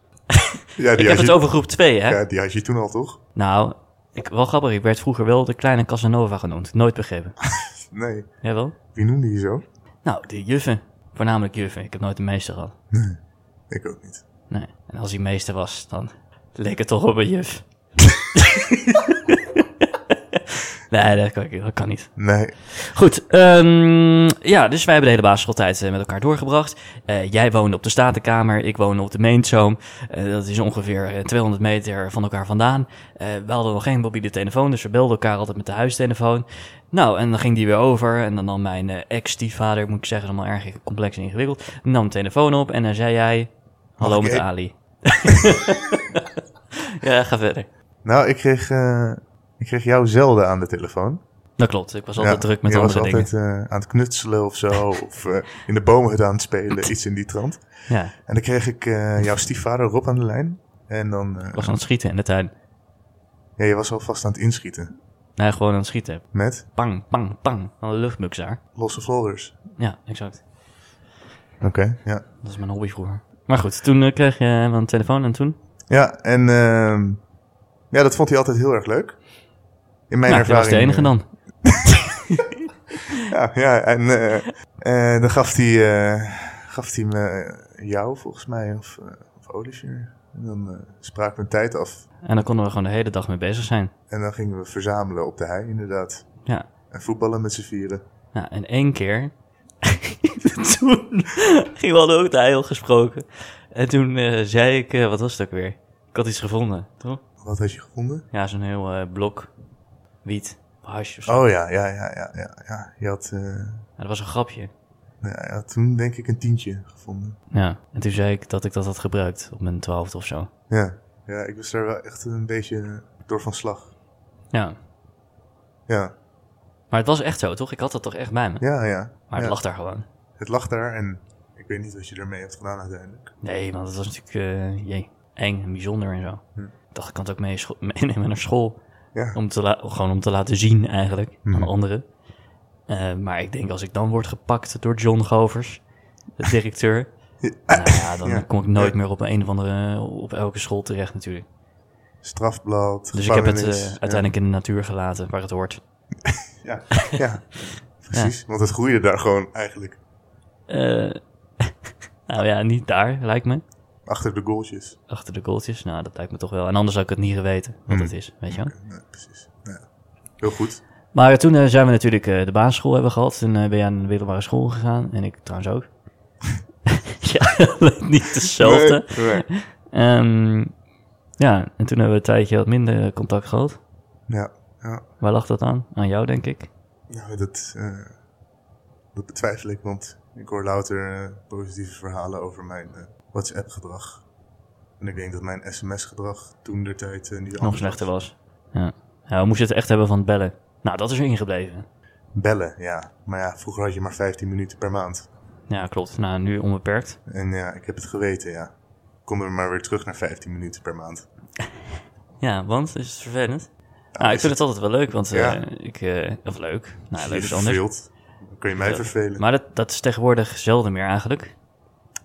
Speaker 2: Ja,
Speaker 1: Ik heb
Speaker 2: die, had
Speaker 1: het
Speaker 2: je,
Speaker 1: over groep 2, hè?
Speaker 2: ja, die had je toen al, toch?
Speaker 1: Nou, ik, wel grappig. Ik werd vroeger wel de kleine Casanova genoemd. Nooit begrepen.
Speaker 2: Nee.
Speaker 1: Jij wel?
Speaker 2: Wie noemde je zo?
Speaker 1: Nou, de juffen. Voornamelijk juffen. Ik heb nooit een meester gehad.
Speaker 2: Ik ook niet.
Speaker 1: Nee. En als hij meester was, dan leek het toch op een juf. nee, dat kan, ik- dat kan niet.
Speaker 2: Nee.
Speaker 1: Goed, ehm, ja, dus wij hebben de hele basisschooltijd eh, met elkaar doorgebracht. Eh, jij woonde op de Statenkamer, ik woonde op de Meentzoom. Eh, dat is ongeveer eh, 200 meter van elkaar vandaan. Eh, we hadden nog geen mobiele telefoon, dus we belden elkaar altijd met de huistelefoon. Nou, en dan ging die weer over. En dan nam mijn eh, ex-stiefvader, moet ik zeggen, allemaal erg complex en ingewikkeld. Nam de telefoon op en dan zei jij, hallo
Speaker 2: Mag ik
Speaker 1: met
Speaker 2: e-
Speaker 1: Ali. ja, ga verder.
Speaker 2: Nou, ik kreeg, eh, ik kreeg jou zelden aan de telefoon.
Speaker 1: Dat klopt, ik was altijd
Speaker 2: Ja,
Speaker 1: druk met
Speaker 2: je
Speaker 1: andere
Speaker 2: was
Speaker 1: dingen.
Speaker 2: altijd eh, aan het knutselen of zo. of eh, in de bomen aan het spelen. Iets in die trant.
Speaker 1: Ja,
Speaker 2: En dan kreeg ik eh, jouw stiefvader Rob aan de lijn. En dan... eh,
Speaker 1: ik was aan het schieten in de tuin.
Speaker 2: ja, je was alvast aan het inschieten.
Speaker 1: Nee, gewoon aan het schieten.
Speaker 2: Met
Speaker 1: Pang, pang, pang. Van de luchtmukzaar.
Speaker 2: losse folders.
Speaker 1: Ja, exact.
Speaker 2: Oké, ja.
Speaker 1: Dat is mijn hobby vroeger. Maar goed, toen eh, kreeg je wel een telefoon en toen?
Speaker 2: Ja, en ehm, ja, dat vond hij altijd heel erg leuk. In mijn
Speaker 1: Nou, je
Speaker 2: ervaring.
Speaker 1: was de enige dan.
Speaker 2: Ja, Nou, ja en eh, eh, dan gaf hij, eh, gaf hij me eh, jou volgens mij, of, eh of Olivier. En dan eh spraken we een tijd af.
Speaker 1: En dan konden we gewoon de hele dag mee bezig zijn.
Speaker 2: En dan gingen we verzamelen op de hei, inderdaad.
Speaker 1: Ja.
Speaker 2: En voetballen met z'n vieren.
Speaker 1: Nou, en één keer... toen ging we hadden ook de eil gesproken. En toen eh, zei ik... eh, wat was het ook weer? Ik had iets gevonden, toch?
Speaker 2: Wat had je gevonden?
Speaker 1: Ja, zo'n heel eh, blok wiet. hash of zo.
Speaker 2: Oh ja, ja, ja, ja, ja. ja. Je, had, eh, nou
Speaker 1: Ja, dat was een grapje.
Speaker 2: ja, je had toen denk ik een tientje gevonden.
Speaker 1: Ja, en toen zei ik dat ik dat had gebruikt op mijn twaalfde of zo.
Speaker 2: Ja, ja ik was daar wel echt een beetje door van slag.
Speaker 1: Ja,
Speaker 2: Ja,
Speaker 1: maar het was echt zo, toch? Ik had dat toch echt bij me?
Speaker 2: ja, ja.
Speaker 1: Maar het
Speaker 2: ja.
Speaker 1: lag daar gewoon.
Speaker 2: Het lag daar en ik weet niet wat je ermee hebt gedaan uiteindelijk.
Speaker 1: Nee, want het was natuurlijk eh, jee, eng en bijzonder en zo.
Speaker 2: Hm.
Speaker 1: Ik dacht, ik kan het ook mee scho- meenemen naar school.
Speaker 2: Ja.
Speaker 1: Om te la- gewoon om te laten zien eigenlijk aan
Speaker 2: Mhm.
Speaker 1: anderen. Eh, maar ik denk als ik dan word gepakt door John Govers, de directeur. nou ja, dan
Speaker 2: Ja.
Speaker 1: kom ik nooit meer op een of andere, op elke school terecht natuurlijk.
Speaker 2: Strafblad,
Speaker 1: Dus ik heb het eh,
Speaker 2: gevangenis, ja.
Speaker 1: uiteindelijk in de natuur gelaten waar het hoort.
Speaker 2: Ja, ja. precies. Want het groeide daar gewoon eigenlijk
Speaker 1: Eh, nou ja, niet daar lijkt me.
Speaker 2: achter de goaltjes.
Speaker 1: Achter de goaltjes, nou dat lijkt me toch wel. En anders zou ik het niet geweten wat
Speaker 2: Hm.
Speaker 1: het is, weet je wel.
Speaker 2: Ja, precies. Ja. Heel goed.
Speaker 1: Maar toen eh, zijn we natuurlijk eh, de basisschool hebben gehad. Toen eh, ben je aan de middelbare school gegaan. En ik trouwens ook. ja, niet hetzelfde.
Speaker 2: Nee, nee.
Speaker 1: Ehm, ja, en toen hebben we een tijdje wat minder eh, contact gehad.
Speaker 2: Ja, ja.
Speaker 1: Waar lag dat aan? Aan jou, denk ik.
Speaker 2: Nou, dat, eh, dat betwijfel ik, want ik hoor louter eh, positieve verhalen over mijn eh, WhatsApp-gedrag. En ik denk dat mijn sms-gedrag toen der tijd eh, niet
Speaker 1: Nog
Speaker 2: anders
Speaker 1: slechter was. Ja. ja, we moesten het echt hebben van het bellen. Nou, dat is er ingebleven.
Speaker 2: Bellen, ja. Maar ja, vroeger had je maar 15 minuten per maand.
Speaker 1: Ja, klopt. Nou, nu onbeperkt.
Speaker 2: En ja, ik heb het geweten, ja. Konden we maar weer terug naar 15 minuten per maand.
Speaker 1: Ja, want is het vervelend? Nou,
Speaker 2: is
Speaker 1: ik vind het altijd wel leuk, want eh,
Speaker 2: Ja.
Speaker 1: ik... eh, of leuk. Nou,
Speaker 2: Als
Speaker 1: leuk
Speaker 2: je
Speaker 1: is
Speaker 2: je
Speaker 1: anders.
Speaker 2: verveelt, dan kun je mij
Speaker 1: Ja.
Speaker 2: vervelen.
Speaker 1: Maar dat, dat is tegenwoordig zelden meer eigenlijk.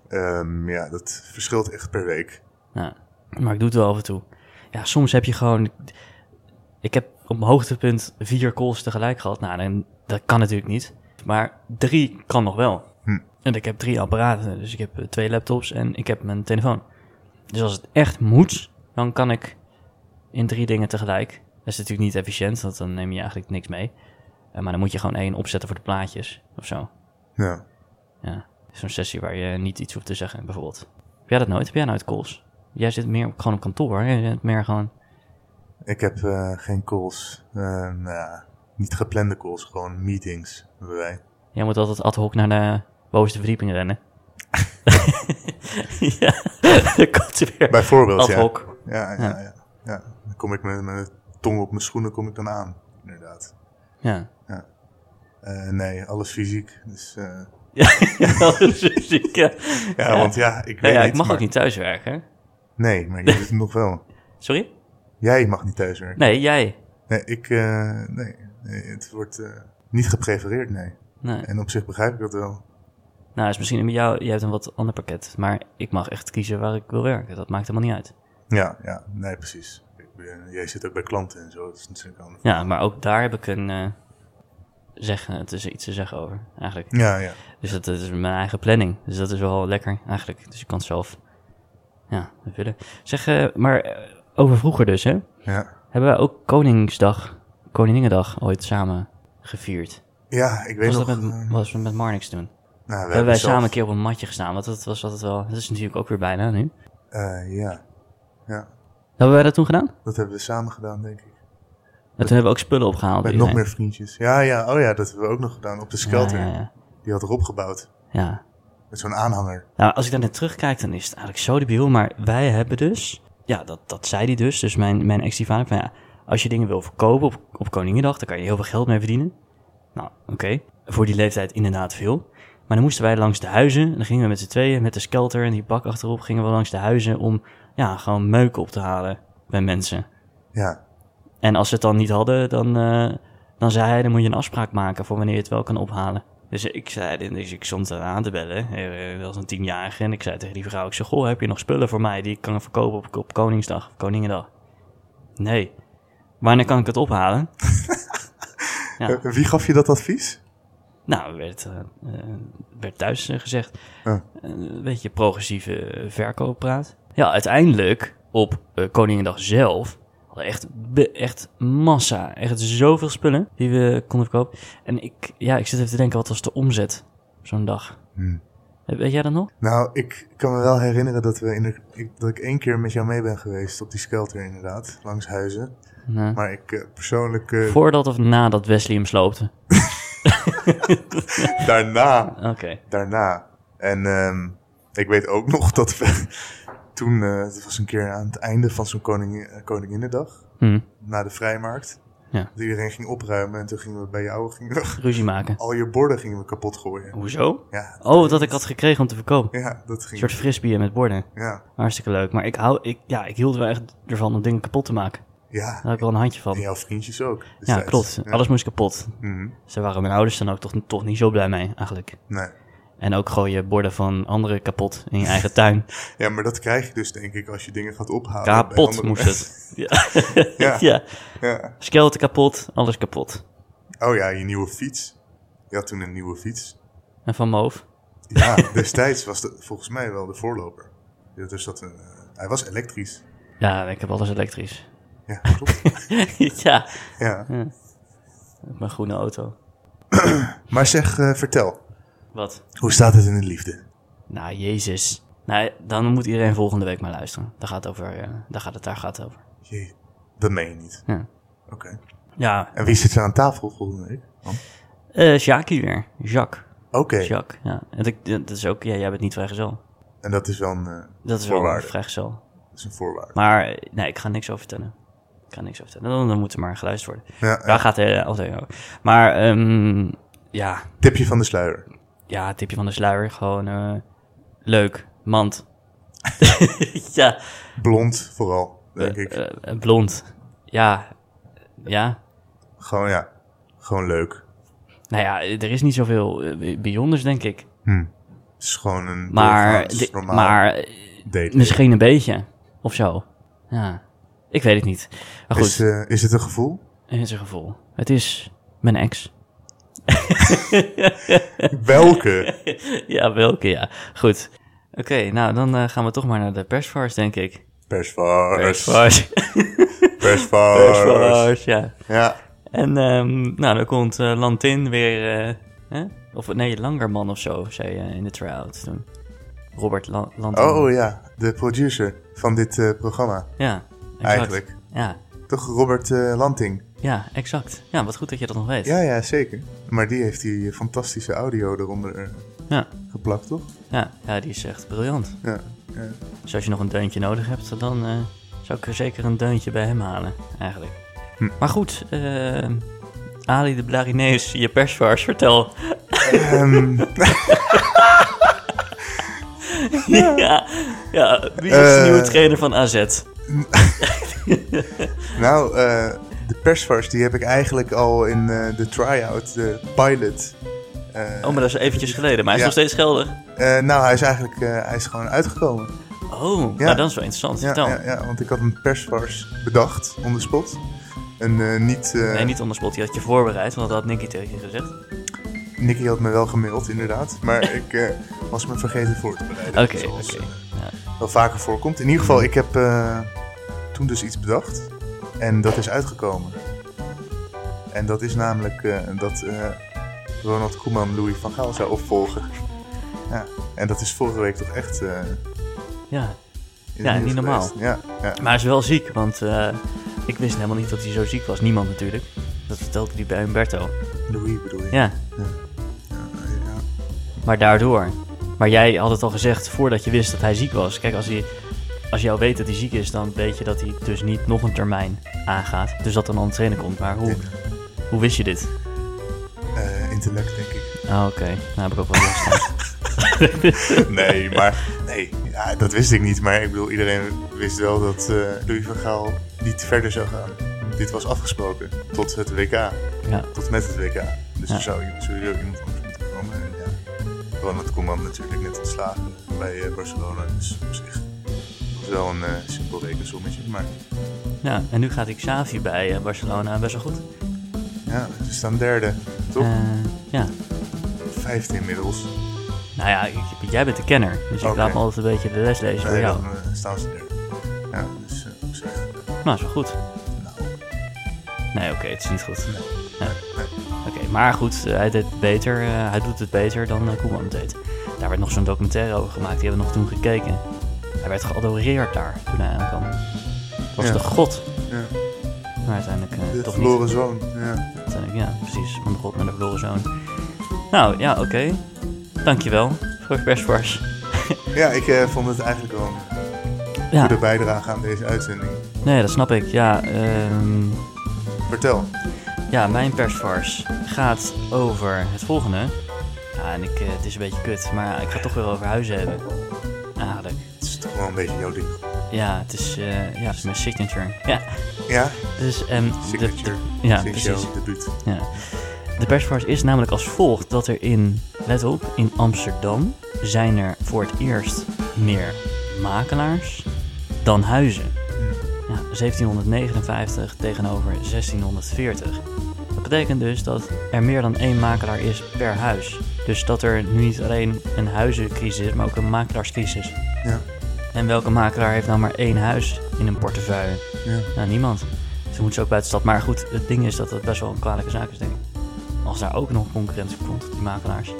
Speaker 2: Ehm, ja, dat verschilt echt per week.
Speaker 1: Ja, maar ik doe het wel af en toe. Ja, soms heb je gewoon... Ik heb op mijn hoogtepunt vier calls tegelijk gehad. Nou, dan, dat kan natuurlijk niet. Maar drie kan nog wel.
Speaker 2: Hm.
Speaker 1: En ik heb drie apparaten. Dus ik heb eh, twee laptops en ik heb mijn telefoon. Dus als het echt moet, dan kan ik in drie dingen tegelijk. Dat is natuurlijk niet efficiënt, want dan neem je eigenlijk niks mee. Eh, Maar dan moet je gewoon één opzetten voor de plaatjes of zo.
Speaker 2: Ja.
Speaker 1: Ja, zo'n sessie waar je niet iets hoeft te zeggen, bijvoorbeeld. Heb jij dat nooit? Heb jij nooit calls? Jij zit meer op, gewoon op kantoor, hè? Je bent meer gewoon...
Speaker 2: Ik heb eh, geen calls. Eh, nou, ja, niet geplande calls, gewoon meetings hebben wij.
Speaker 1: Jij moet altijd ad hoc naar de bovenste verdieping rennen. ja, dat komt er weer.
Speaker 2: Bijvoorbeeld,
Speaker 1: ad
Speaker 2: ja.
Speaker 1: hoc.
Speaker 2: Ja, ja, ja. ja. Dan kom ik met mijn tong op mijn schoenen kom ik dan aan, inderdaad.
Speaker 1: Ja.
Speaker 2: Eh, nee, alles fysiek. Dus, eh,
Speaker 1: Ja, dat is fysiek, ja.
Speaker 2: ja, want ja, ik weet
Speaker 1: Nou ja,
Speaker 2: niet,
Speaker 1: ik mag
Speaker 2: maar-
Speaker 1: ook niet thuiswerken. hè?
Speaker 2: Nee, maar je doet het nog wel.
Speaker 1: Sorry?
Speaker 2: Jij mag niet thuis werken.
Speaker 1: Nee, jij.
Speaker 2: Nee, ik, eh, nee, nee, het wordt eh, niet geprefereerd, nee.
Speaker 1: Nee.
Speaker 2: En op zich begrijp ik dat wel.
Speaker 1: Nou, is misschien bij jou, jij hebt een wat ander pakket. Maar ik mag echt kiezen waar ik wil werken. Dat maakt helemaal niet uit.
Speaker 2: Ja, ja, nee, precies. Ik ben- jij zit ook bij klanten en zo, dat is natuurlijk anders.
Speaker 1: Ja, maar ook daar heb ik een eh zeggen, het is iets te zeggen over, eigenlijk.
Speaker 2: Ja, ja.
Speaker 1: Dus dat, dat is mijn eigen planning. Dus dat is wel lekker, eigenlijk. Dus je kan het zelf, ja, willen. Zeg, eh, maar eh, over vroeger dus, hè?
Speaker 2: Ja,
Speaker 1: Hebben wij ook Koningsdag, Koninginnedag ooit samen gevierd?
Speaker 2: ja ik weet
Speaker 1: Was
Speaker 2: nog...
Speaker 1: dat met,
Speaker 2: eh,
Speaker 1: was dat met Marnix toen?
Speaker 2: nou, we
Speaker 1: hebben wij
Speaker 2: zelf-
Speaker 1: samen een keer op een matje gestaan, want dat was altijd wel, dat is natuurlijk ook weer bijna nu.
Speaker 2: eh, ja. ja,
Speaker 1: Hebben wij dat toen gedaan?
Speaker 2: dat hebben we samen gedaan, denk ik.
Speaker 1: En toen hebben we ook spullen opgehaald.
Speaker 2: Met nog meer vriendjes. Ja, ja, oh ja, dat hebben we ook nog gedaan op de Skelter.
Speaker 1: Ja, ja, ja.
Speaker 2: Die had erop gebouwd,
Speaker 1: ja.
Speaker 2: met zo'n aanhanger.
Speaker 1: Nou, als ik daar naar terugkijk, dan is het eigenlijk zo debiel. Maar wij hebben dus... Ja, dat, dat zei hij dus. Dus mijn, mijn ex die vader van... Ja, als je dingen wil verkopen op, op Koningendag... dan kan je heel veel geld mee verdienen. Nou, oké. Voor die leeftijd inderdaad veel. Maar dan moesten wij langs de huizen. En dan gingen we met z'n tweeën met de skelter en die bak achterop... gingen we langs de huizen om ja, gewoon meuk op te halen bij mensen.
Speaker 2: Ja,
Speaker 1: En als ze het dan niet hadden, dan, eh, dan zei hij... dan moet je een afspraak maken voor wanneer je het wel kan ophalen. Dus ik zei, dus ik stond daar aan te bellen, eh, dat was een tienjarige... en ik zei tegen die vrouw, ik zeg, goh, heb je nog spullen voor mij... die ik kan verkopen op, op Koningsdag of Koningendag? Nee. Wanneer kan ik het ophalen? Ja.
Speaker 2: Eh, Wie gaf je dat advies?
Speaker 1: Nou, werd, eh, eh, werd thuis eh, gezegd.
Speaker 2: Ah.
Speaker 1: Een beetje progressieve eh, verkooppraat. Ja, uiteindelijk op eh, Koningendag zelf hadden we echt, be- echt massa. Echt zoveel spullen die we konden verkopen. En ik, ja, ik zit even te denken, wat was de omzet op zo'n dag? Eh,
Speaker 2: Hm.
Speaker 1: Weet jij dat nog?
Speaker 2: Nou, ik kan me wel herinneren dat, we in de, ik, dat ik één keer met jou mee ben geweest op die skelter inderdaad, langs huizen.
Speaker 1: Nee.
Speaker 2: Maar ik eh, persoonlijk eh,
Speaker 1: Nou, Voordat of nadat Wesley hem sloopte?
Speaker 2: daarna,
Speaker 1: Oké.
Speaker 2: daarna. En ehm, ik weet ook nog dat we toen, eh, dat was een keer aan het einde van zo'n koningin, Koninginnedag,
Speaker 1: Hm.
Speaker 2: na de vrijmarkt.
Speaker 1: Ja.
Speaker 2: Dat iedereen ging opruimen en toen gingen we bij jou, gingen we,
Speaker 1: Ruzie maken.
Speaker 2: al je borden gingen we kapot gooien.
Speaker 1: Hoezo?
Speaker 2: Ja,
Speaker 1: Oh, dat ik had gekregen om te verkopen.
Speaker 2: ja dat
Speaker 1: Een
Speaker 2: ging.
Speaker 1: soort frisbee met borden.
Speaker 2: Ja,
Speaker 1: Hartstikke leuk. Maar ik, hou, ik, ja, ik hield er wel echt ervan om dingen kapot te maken. Daar
Speaker 2: ja.
Speaker 1: had ik wel een handje van.
Speaker 2: En jouw vriendjes ook.
Speaker 1: Oh. Ja,
Speaker 2: destijds.
Speaker 1: klopt.
Speaker 2: Ja.
Speaker 1: Alles moest kapot.
Speaker 2: Mhm.
Speaker 1: Ze waren mijn ouders dan ook toch, toch niet zo blij mee, eigenlijk.
Speaker 2: Nee.
Speaker 1: En ook gooi je borden van anderen kapot in je eigen tuin.
Speaker 2: Ja, maar dat krijg je dus denk ik als je dingen gaat ophalen. bij
Speaker 1: Kapot
Speaker 2: andere
Speaker 1: moest
Speaker 2: mensen.
Speaker 1: het. Ja. ja.
Speaker 2: Ja. Ja.
Speaker 1: Skelten kapot, alles kapot.
Speaker 2: Oh ja, je nieuwe fiets. Je had toen een nieuwe fiets.
Speaker 1: En van Moof.
Speaker 2: Ja, destijds was dat volgens mij wel de voorloper. Ja, Dus dat een, eh, hij was elektrisch.
Speaker 1: Ja, ik heb alles elektrisch.
Speaker 2: Ja, klopt.
Speaker 1: ja,
Speaker 2: ja.
Speaker 1: mijn groene auto.
Speaker 2: Maar zeg, eh, vertel.
Speaker 1: Wat?
Speaker 2: Hoe staat het in de liefde?
Speaker 1: Nou, jezus. Nou, dan moet iedereen volgende week maar luisteren. Daar gaat het over. eh, daar gaat het, daar gaat het over.
Speaker 2: Jee, dat meen je niet.
Speaker 1: Ja.
Speaker 2: Oké.
Speaker 1: Ja,
Speaker 2: En wie zit er aan tafel volgende week? Man.
Speaker 1: eh Jacques weer. Jacques.
Speaker 2: Oké.
Speaker 1: Jacques, ja. En dat, dat is ook, ja, jij bent niet vrijgezel.
Speaker 2: En dat is wel een, eh,
Speaker 1: Dat is wel een
Speaker 2: voorwaarde.
Speaker 1: vrijgezel.
Speaker 2: dat is een voorwaarde.
Speaker 1: Maar eh, nee, ik ga niks over vertellen. Ik ga niks over vertellen. Dan, dan moet er maar geluisterd worden.
Speaker 2: Ja, eh,
Speaker 1: Daar gaat het eh, altijd over. Maar ehm, ja,
Speaker 2: tipje van de sluier.
Speaker 1: ja, tipje van de sluier. Gewoon eh, leuk. Mand. ja,
Speaker 2: Blond vooral, denk ik.
Speaker 1: eh, eh, blond. Ja, ja.
Speaker 2: Gewoon ja, gewoon leuk.
Speaker 1: Nou ja, er is niet zoveel eh, bij- bijzonders, denk ik.
Speaker 2: Hm. Het is gewoon een
Speaker 1: Maar,
Speaker 2: doorgaans
Speaker 1: de-
Speaker 2: normaal
Speaker 1: maar eh,
Speaker 2: date.
Speaker 1: misschien een beetje. Of zo. Ja, ik weet het niet. Maar goed,
Speaker 2: Is, eh, is het een gevoel?
Speaker 1: het is een gevoel. Het is mijn ex.
Speaker 2: Welke?
Speaker 1: ja, welke, ja. Goed. Oké, nou, dan eh, gaan we toch maar naar de persvars, denk ik.
Speaker 2: Persvars.
Speaker 1: Persvars.
Speaker 2: Persvars.
Speaker 1: persvars, ja.
Speaker 2: Ja.
Speaker 1: En, ehm, nou, dan komt eh, Lantin weer... eh, hè? Of nee, Langerman of zo, zei eh, in de try-out toen. Robert La- Lantin.
Speaker 2: Oh ja, de producer van dit eh, programma.
Speaker 1: Ja, exact.
Speaker 2: Eigenlijk.
Speaker 1: Ja,
Speaker 2: Toch Robert eh, Lanting?
Speaker 1: ja, exact. Ja, wat goed dat je dat nog weet.
Speaker 2: Ja, ja, zeker. Maar die heeft die fantastische audio eronder eh,
Speaker 1: Ja,
Speaker 2: geplakt, toch?
Speaker 1: ja, ja, die is echt briljant.
Speaker 2: Ja. ja.
Speaker 1: Dus als je nog een deuntje nodig hebt, dan eh, zou ik er zeker een deuntje bij hem halen, eigenlijk.
Speaker 2: Hm.
Speaker 1: Maar goed, eh, Ali de Blarinees, je persvars, vertel.
Speaker 2: Ehm,
Speaker 1: Ja, ja, wie is de
Speaker 2: Eh.
Speaker 1: nieuwe trainer van AZ?
Speaker 2: nou, eh, de persvars die heb ik eigenlijk al in eh, de try-out, de pilot. eh,
Speaker 1: Oh, maar dat is eventjes geleden, maar hij is
Speaker 2: Ja.
Speaker 1: nog steeds geldig.
Speaker 2: eh, nou, hij is eigenlijk eh, hij is gewoon uitgekomen.
Speaker 1: Oh,
Speaker 2: Ja.
Speaker 1: nou, dat is wel interessant,
Speaker 2: Ja,
Speaker 1: vertel.
Speaker 2: ja, ja, want ik had een persvars bedacht, on the spot. En eh, niet, eh,
Speaker 1: Nee, niet onder spot, die had je voorbereid, want dat had Nicky tegen je gezegd. Oké,
Speaker 2: Nicky had me wel gemaild, inderdaad. Maar ik eh, was me vergeten voor te bereiden.
Speaker 1: oké.
Speaker 2: zoals, eh,
Speaker 1: Ja.
Speaker 2: wel vaker voorkomt. In ieder geval, ik heb eh, toen dus iets bedacht. En dat is uitgekomen. En dat is namelijk eh, dat eh, Ronald Koeman Louis van Gaal zou opvolgen. Ja, en dat is vorige week toch echt... eh, in
Speaker 1: ja.
Speaker 2: het
Speaker 1: Ja,
Speaker 2: nieuws
Speaker 1: niet normaal.
Speaker 2: geweest. Ja, ja.
Speaker 1: Maar hij is wel ziek, want eh, ik wist helemaal niet dat hij zo ziek was. Niemand natuurlijk. Dat vertelde hij bij Humberto.
Speaker 2: Louis bedoel je.
Speaker 1: Ja,
Speaker 2: Ja.
Speaker 1: maar daardoor. Maar jij had het al gezegd voordat je wist dat hij ziek was. Kijk, als, hij, als je al weet dat hij ziek is, dan weet je dat hij dus niet nog een termijn aangaat. Dus dat dan al een trainer komt. Maar hoe, hoe wist je dit?
Speaker 2: Eh, intellect, denk ik.
Speaker 1: Ah, oké. Nou heb ik ook wel lust.
Speaker 2: Nee, maar nee, ja, dat wist ik niet. Maar ik bedoel, iedereen wist wel dat eh, Louis van Gaal niet verder zou gaan. Dit was afgesproken tot het WK,
Speaker 1: Ja,
Speaker 2: tot met het WK. Dus
Speaker 1: Ja.
Speaker 2: er zou iemand- sowieso iemand anders moeten komen. En ja, Ronald Koeman natuurlijk net ontslagen bij eh, Barcelona. Dus op zich was wel een eh, simpel rekensommetje. Maar
Speaker 1: ja, en nu gaat ik Xavi bij eh, Barcelona best wel goed.
Speaker 2: ja, ze staan derde, toch?
Speaker 1: Eh, ja.
Speaker 2: Vijfde inmiddels.
Speaker 1: Nou ja, ik- jij bent de kenner. Dus ik
Speaker 2: Oké.
Speaker 1: laat me altijd een beetje de les lezen voor
Speaker 2: Nee,
Speaker 1: jou.
Speaker 2: dan eh, staan ze derde. Ja, dus eh, op zich, eh,
Speaker 1: Nou, is wel goed.
Speaker 2: nou,
Speaker 1: Nee, oké, het is niet goed. Nee.
Speaker 2: nee.
Speaker 1: Oké, maar goed, eh, hij, deed beter, eh, hij doet het beter dan eh, Koeman het deed. Daar werd nog zo'n documentaire over gemaakt, die hebben we nog toen gekeken. Hij werd geadoreerd daar toen hij aankwam. Het was
Speaker 2: Ja.
Speaker 1: de god.
Speaker 2: Ja.
Speaker 1: Maar uiteindelijk eh,
Speaker 2: De
Speaker 1: toch niet.
Speaker 2: verloren zoon. Ja.
Speaker 1: Uiteindelijk, ja, precies. Van de god met de verloren zoon. Nou, ja, oké. Dankjewel voor het perswars.
Speaker 2: ja, ik eh, vond het eigenlijk wel een
Speaker 1: Ja,
Speaker 2: goede bijdrage aan deze uitzending.
Speaker 1: nee, dat snap ik. Ja, ehm,
Speaker 2: Vertel.
Speaker 1: ja mijn perswars gaat over het volgende. Ja, en ik, eh, het is een beetje kut, maar ik ga het toch weer over huizen hebben. Eigenlijk.
Speaker 2: Het is toch wel een beetje jouw ding.
Speaker 1: Ja, het is, eh, ja, het is mijn signature. Ja,
Speaker 2: Ja?
Speaker 1: dus, ehm, de-
Speaker 2: Signature.
Speaker 1: de- ja,
Speaker 2: Sinds
Speaker 1: precies.
Speaker 2: jouw debuut.
Speaker 1: Ja. De persvars is namelijk als volgt dat er in, let op, in Amsterdam zijn er voor het eerst meer makelaars dan huizen. Ja, 1759 tegenover 1640. Dat betekent dus dat er meer dan één makelaar is per huis. Dus dat er nu niet alleen een huizencrisis is, maar ook een makelaarscrisis.
Speaker 2: Ja.
Speaker 1: En welke makelaar heeft nou maar één huis in een portefeuille?
Speaker 2: Ja.
Speaker 1: Nou, niemand. Ze moeten ze ook buiten de stad. Maar goed, het ding is dat het best wel een kwalijke zaak is, denk ik. Als daar ook nog concurrentie komt, die makelaars.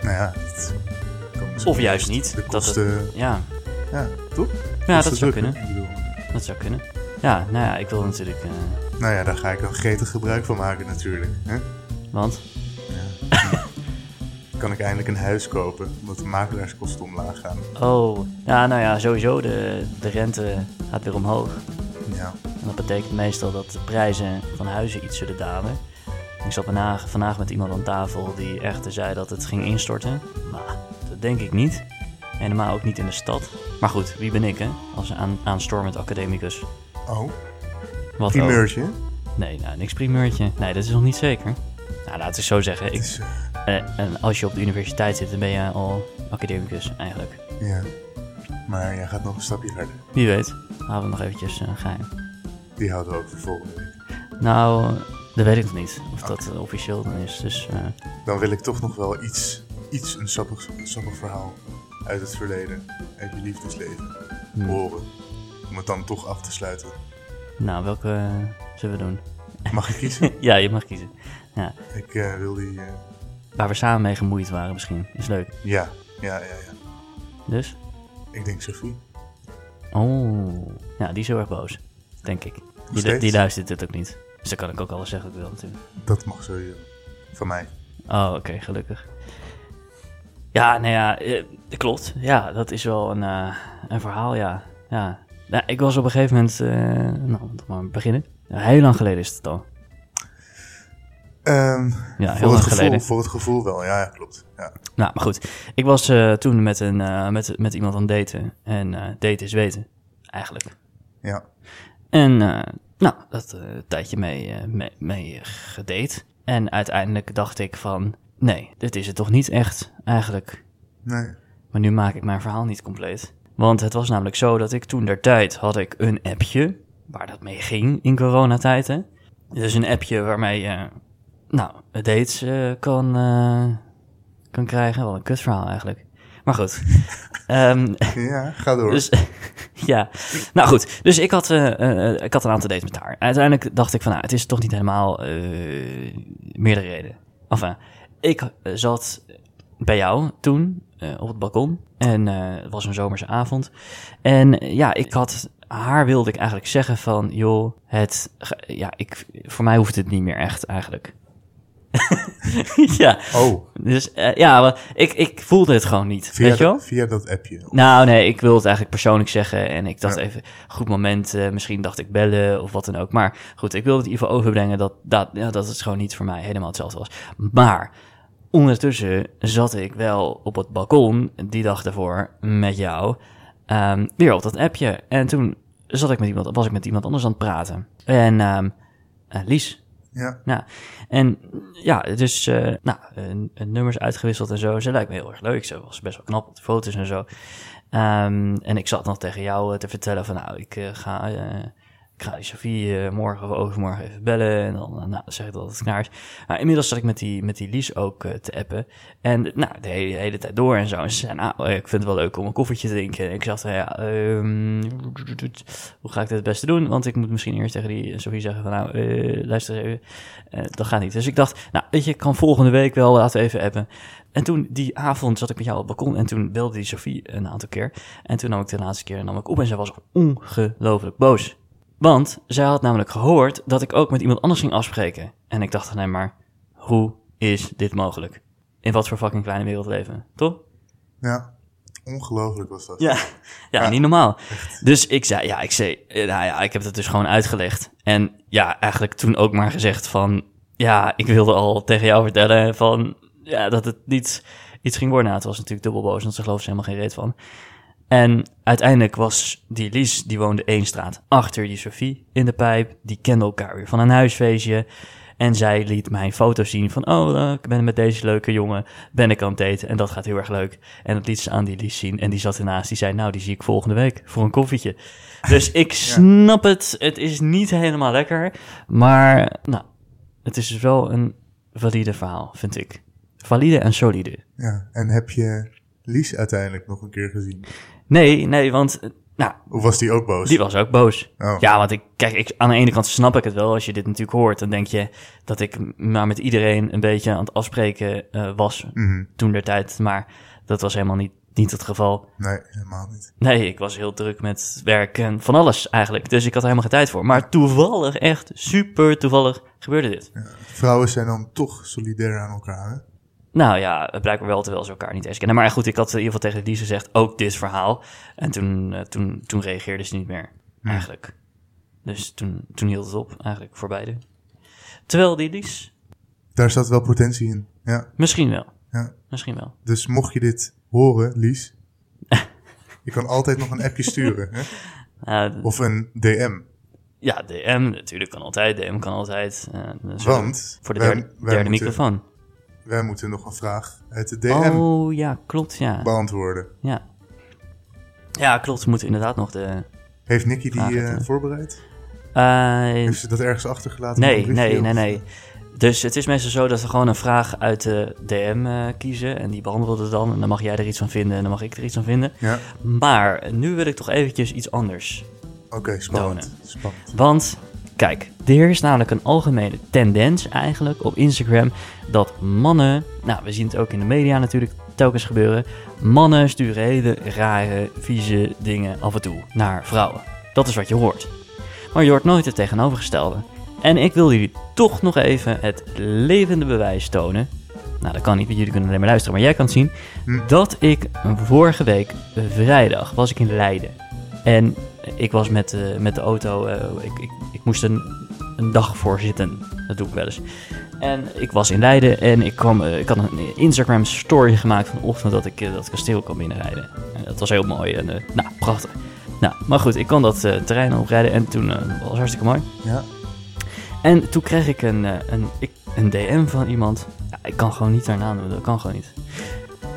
Speaker 2: Nou ja. het kan misschien
Speaker 1: Of juist niet.
Speaker 2: De
Speaker 1: Dat
Speaker 2: kosten.
Speaker 1: het, ja,
Speaker 2: Ja, toch?
Speaker 1: ja
Speaker 2: Kosten
Speaker 1: dat zou
Speaker 2: druk, hè?
Speaker 1: kunnen.
Speaker 2: Ik bedoel,
Speaker 1: Dat zou kunnen. Ja, nou ja, ik wil natuurlijk... eh,
Speaker 2: Nou ja, daar ga ik dan gretig gebruik van maken natuurlijk. Hè?
Speaker 1: want,
Speaker 2: Kan ik eindelijk een huis kopen, omdat de makelaarskosten omlaag gaan.
Speaker 1: oh, ja, nou ja, sowieso, de, de rente gaat weer omhoog.
Speaker 2: Ja,
Speaker 1: En dat betekent meestal dat de prijzen van huizen iets zullen dalen. Ik zat vandaag, vandaag met iemand aan tafel die echt zei dat het ging instorten. Maar dat denk ik niet. En Helemaal ook niet in de stad. Maar goed, wie ben ik hè? Als aan, aanstormend academicus.
Speaker 2: Oh,
Speaker 1: Wat ook.
Speaker 2: primeurtje.
Speaker 1: Nee, nou, niks primeurtje. Nee, dat is nog niet zeker. Nou, laten we zo zeggen. Ik,
Speaker 2: Dus, eh,
Speaker 1: eh, en als je op de universiteit zit, dan ben je al academicus eigenlijk.
Speaker 2: ja. Maar jij gaat nog een stapje verder.
Speaker 1: Wie weet, houden we nog eventjes eh, geheim.
Speaker 2: Die houden we ook voor volgende week.
Speaker 1: Nou, dat weet ik nog niet. Of dat eh, officieel dan is. Dus eh,
Speaker 2: Dan wil ik toch nog wel iets, iets een sappig, sappig verhaal uit het verleden, uit je liefdesleven,
Speaker 1: Hmm.
Speaker 2: horen. Om het dan toch af te sluiten.
Speaker 1: Nou, welke eh, zullen we doen?
Speaker 2: Mag ik kiezen?
Speaker 1: ja, je mag kiezen. Ja.
Speaker 2: ik eh, wil die... eh,
Speaker 1: Waar we samen mee gemoeid waren misschien. Is leuk.
Speaker 2: ja, ja, ja, ja.
Speaker 1: Dus?
Speaker 2: Ik denk Sophie.
Speaker 1: Oh. Ja, die is heel erg boos. Denk ik. Die, lu-
Speaker 2: steeds?
Speaker 1: die luistert dit ook niet. Dus dan kan ik ook alles zeggen wat ik wil natuurlijk.
Speaker 2: Dat mag sowieso. Van mij.
Speaker 1: Oh, oké. gelukkig. Ja, nou ja. eh, klopt. Ja, dat is wel een, eh, een verhaal, ja. Ja. Nou, ik was op een gegeven moment... eh, nou, toch maar beginnen. Ja, heel lang geleden is het al.
Speaker 2: Ehm,
Speaker 1: heel
Speaker 2: voor,
Speaker 1: lang
Speaker 2: het gevoel,
Speaker 1: geleden.
Speaker 2: voor het gevoel wel, ja, ja klopt. Ja.
Speaker 1: Nou, maar goed. Ik was eh, toen met, een, eh, met, met iemand aan het daten. En eh, daten is weten, eigenlijk.
Speaker 2: ja.
Speaker 1: En eh, nou, dat eh, een tijdje mee, eh, mee, mee eh, gedate. En uiteindelijk dacht ik van... Nee, dit is het toch niet echt, eigenlijk.
Speaker 2: Nee.
Speaker 1: Maar nu maak ik mijn verhaal niet compleet. Want het was namelijk zo dat ik toen der tijd had ik een appje. Waar dat mee ging in coronatijd, hè. Dus een appje waarmee je, nou, dates eh, kan, eh, kan krijgen. Wat een kutverhaal eigenlijk. Maar goed. Ehm,
Speaker 2: Ja, ga door.
Speaker 1: dus, ja. Nou goed, dus ik had, eh, eh, eh, ik had een aantal dates met haar. Uiteindelijk dacht ik van, nou, het is toch niet helemaal eh, meerdere redenen. Enfin, ik eh, zat bij jou toen eh, op het balkon. En eh, het was een zomerse avond. En eh, ja, ik had haar wilde ik eigenlijk zeggen van, joh, het, ge- ja, ik, voor mij hoeft het niet meer echt eigenlijk. ja,
Speaker 2: oh,
Speaker 1: dus eh, ja, maar ik, ik voelde het gewoon niet,
Speaker 2: via,
Speaker 1: weet je wel?
Speaker 2: dat, via dat appje.
Speaker 1: Nou, nee, ik wil het eigenlijk persoonlijk zeggen. En ik dacht
Speaker 2: Ja.
Speaker 1: even, goed moment, eh, misschien dacht ik bellen of wat dan ook. Maar goed, ik wil het in ieder geval overbrengen dat, dat, ja, dat het gewoon niet voor mij helemaal hetzelfde was. Maar ondertussen zat ik wel op het balkon die dag daarvoor met jou ehm, weer op dat appje. En toen zat ik met iemand, was ik met iemand anders aan het praten. En ehm, eh, Lies,
Speaker 2: Ja,
Speaker 1: nou, en ja, dus eh, nou, een- een nummers uitgewisseld en zo. Ze lijkt me heel erg leuk. Ze was best wel knap op de foto's en zo. Ehm, en ik zat nog tegen jou eh, te vertellen van, nou, ik eh, ga eh, Ik ga die Sofie eh, morgen of overmorgen even bellen. En dan eh, nou, zeg ik dat het knaars. Maar inmiddels zat ik met die, met die Lies ook eh, te appen. En eh, nou, de hele, de hele tijd door en zo. En ze zei, nou, eh, ik vind het wel leuk om een koffietje te drinken. En ik dacht, nou ja, ehm, hoe ga ik dit het beste doen? Want ik moet misschien eerst tegen die Sofie zeggen van, nou, eh, luister eens even. Eh, dat gaat niet. Dus ik dacht, nou, weet je, ik kan volgende week wel, laten we even appen. En toen die avond zat ik met jou op het balkon en toen belde die Sofie een aantal keer. En toen nam ik de laatste keer nam ik op en zij was ongelooflijk boos. Want zij had namelijk gehoord dat ik ook met iemand anders ging afspreken. En ik dacht alleen maar, hoe is dit mogelijk? In wat voor fucking kleine wereld leven, we, toch?
Speaker 2: Ja, ongelooflijk was dat.
Speaker 1: Ja, ja,
Speaker 2: Ja.
Speaker 1: niet normaal. Dus ik zei, ja, ik zei, eh, nou ja, ik heb het dus gewoon uitgelegd. En ja, eigenlijk toen ook maar gezegd van, ja, ik wilde al tegen jou vertellen van, ja, dat het niet iets ging worden. Nou, het was natuurlijk dubbel boos, want ze geloofde er helemaal geen reet van. En uiteindelijk was die Lies, die woonde één straat achter die Sophie in de pijp. Die kende elkaar weer van een huisfeestje. En zij liet mij foto's zien van, oh, eh, ik ben met deze leuke jongen, ben ik aan het daten en dat gaat heel erg leuk. En dat liet ze aan die Lies zien en die zat ernaast, die zei, nou, die zie ik volgende week voor een koffietje. Dus ik snap het, het is niet helemaal lekker, maar nou, het is dus wel een valide verhaal, vind ik. Valide en solide.
Speaker 2: Ja, En heb je Lies uiteindelijk nog een keer gezien?
Speaker 1: Nee, nee, want, eh, nou,
Speaker 2: Of was die ook boos?
Speaker 1: Die was ook boos.
Speaker 2: Oh.
Speaker 1: Ja, want ik, kijk, ik, aan de ene kant snap ik het wel. Als je dit natuurlijk hoort, dan denk je dat ik m- maar met iedereen een beetje aan het afspreken eh, was
Speaker 2: Mhm.
Speaker 1: toen der tijd. Maar dat was helemaal niet, niet het geval.
Speaker 2: Nee, helemaal niet.
Speaker 1: Nee, ik was heel druk met werk en van alles eigenlijk. Dus ik had er helemaal geen tijd voor. Maar toevallig, echt super toevallig, gebeurde dit.
Speaker 2: Vrouwen zijn dan toch solidair aan elkaar, hè?
Speaker 1: Nou ja, het blijkbaar wel, terwijl ze elkaar niet eens kennen. Maar goed, ik had in ieder geval tegen die gezegd, ook dit verhaal. En toen, eh, toen, toen reageerde ze niet meer, eigenlijk. Dus toen, toen hield het op, eigenlijk, voor beide. Terwijl die Lies,
Speaker 2: Daar zat wel potentie in. Ja,
Speaker 1: misschien wel.
Speaker 2: ja.
Speaker 1: Misschien wel.
Speaker 2: Dus mocht je dit horen, Lies, je kan altijd nog een appje sturen, hè?
Speaker 1: Nou, d-
Speaker 2: Of een DM.
Speaker 1: ja, DM natuurlijk kan altijd, DM kan altijd. eh, dus
Speaker 2: Want
Speaker 1: Voor de
Speaker 2: wij-
Speaker 1: derde,
Speaker 2: wij
Speaker 1: derde
Speaker 2: moeten-
Speaker 1: microfoon.
Speaker 2: Wij moeten nog een vraag uit de DM
Speaker 1: Oh ja, klopt, ja.
Speaker 2: beantwoorden.
Speaker 1: Ja, ja klopt, we moeten inderdaad nog de...
Speaker 2: Heeft Nicky die
Speaker 1: Vraag uit
Speaker 2: eh,
Speaker 1: de-
Speaker 2: voorbereid?
Speaker 1: eh,
Speaker 2: Heeft ze dat ergens achtergelaten? in
Speaker 1: Nee,
Speaker 2: een briefje
Speaker 1: nee,
Speaker 2: of-
Speaker 1: nee, nee. Dus het is meestal zo dat we gewoon een vraag uit de DM eh, kiezen. En die behandelen we dan. En dan mag jij er iets van vinden en dan mag ik er iets van vinden.
Speaker 2: Ja,
Speaker 1: Maar nu wil ik toch eventjes iets anders.
Speaker 2: oké, spannend. spannend.
Speaker 1: Want, kijk, er is namelijk een algemene tendens eigenlijk op Instagram dat mannen, nou we zien het ook in de media natuurlijk telkens gebeuren, mannen sturen hele rare, vieze dingen af en toe naar vrouwen. Dat is wat je hoort. Maar je hoort nooit het tegenovergestelde. En ik wil jullie toch nog even het levende bewijs tonen. Nou, dat kan niet, want jullie kunnen alleen maar luisteren, maar jij kan het zien. Dat ik vorige week eh, vrijdag was ik in Leiden. En ik was met, eh, met de auto, eh, ik, ik, ik moest een, een dag voor zitten. Dat doe ik wel eens. En ik was in Leiden en ik, kwam, eh, ik had een Instagram story gemaakt vanochtend dat ik eh, dat kasteel kon binnenrijden. En dat was heel mooi en eh, nou, prachtig. Nou, maar goed, ik kon dat eh, terrein oprijden en toen eh, was het hartstikke mooi.
Speaker 2: Ja,
Speaker 1: En toen kreeg ik een, eh, een, ik, een DM van iemand. Ja, ik kan gewoon niet haar naam noemen, dat kan gewoon niet.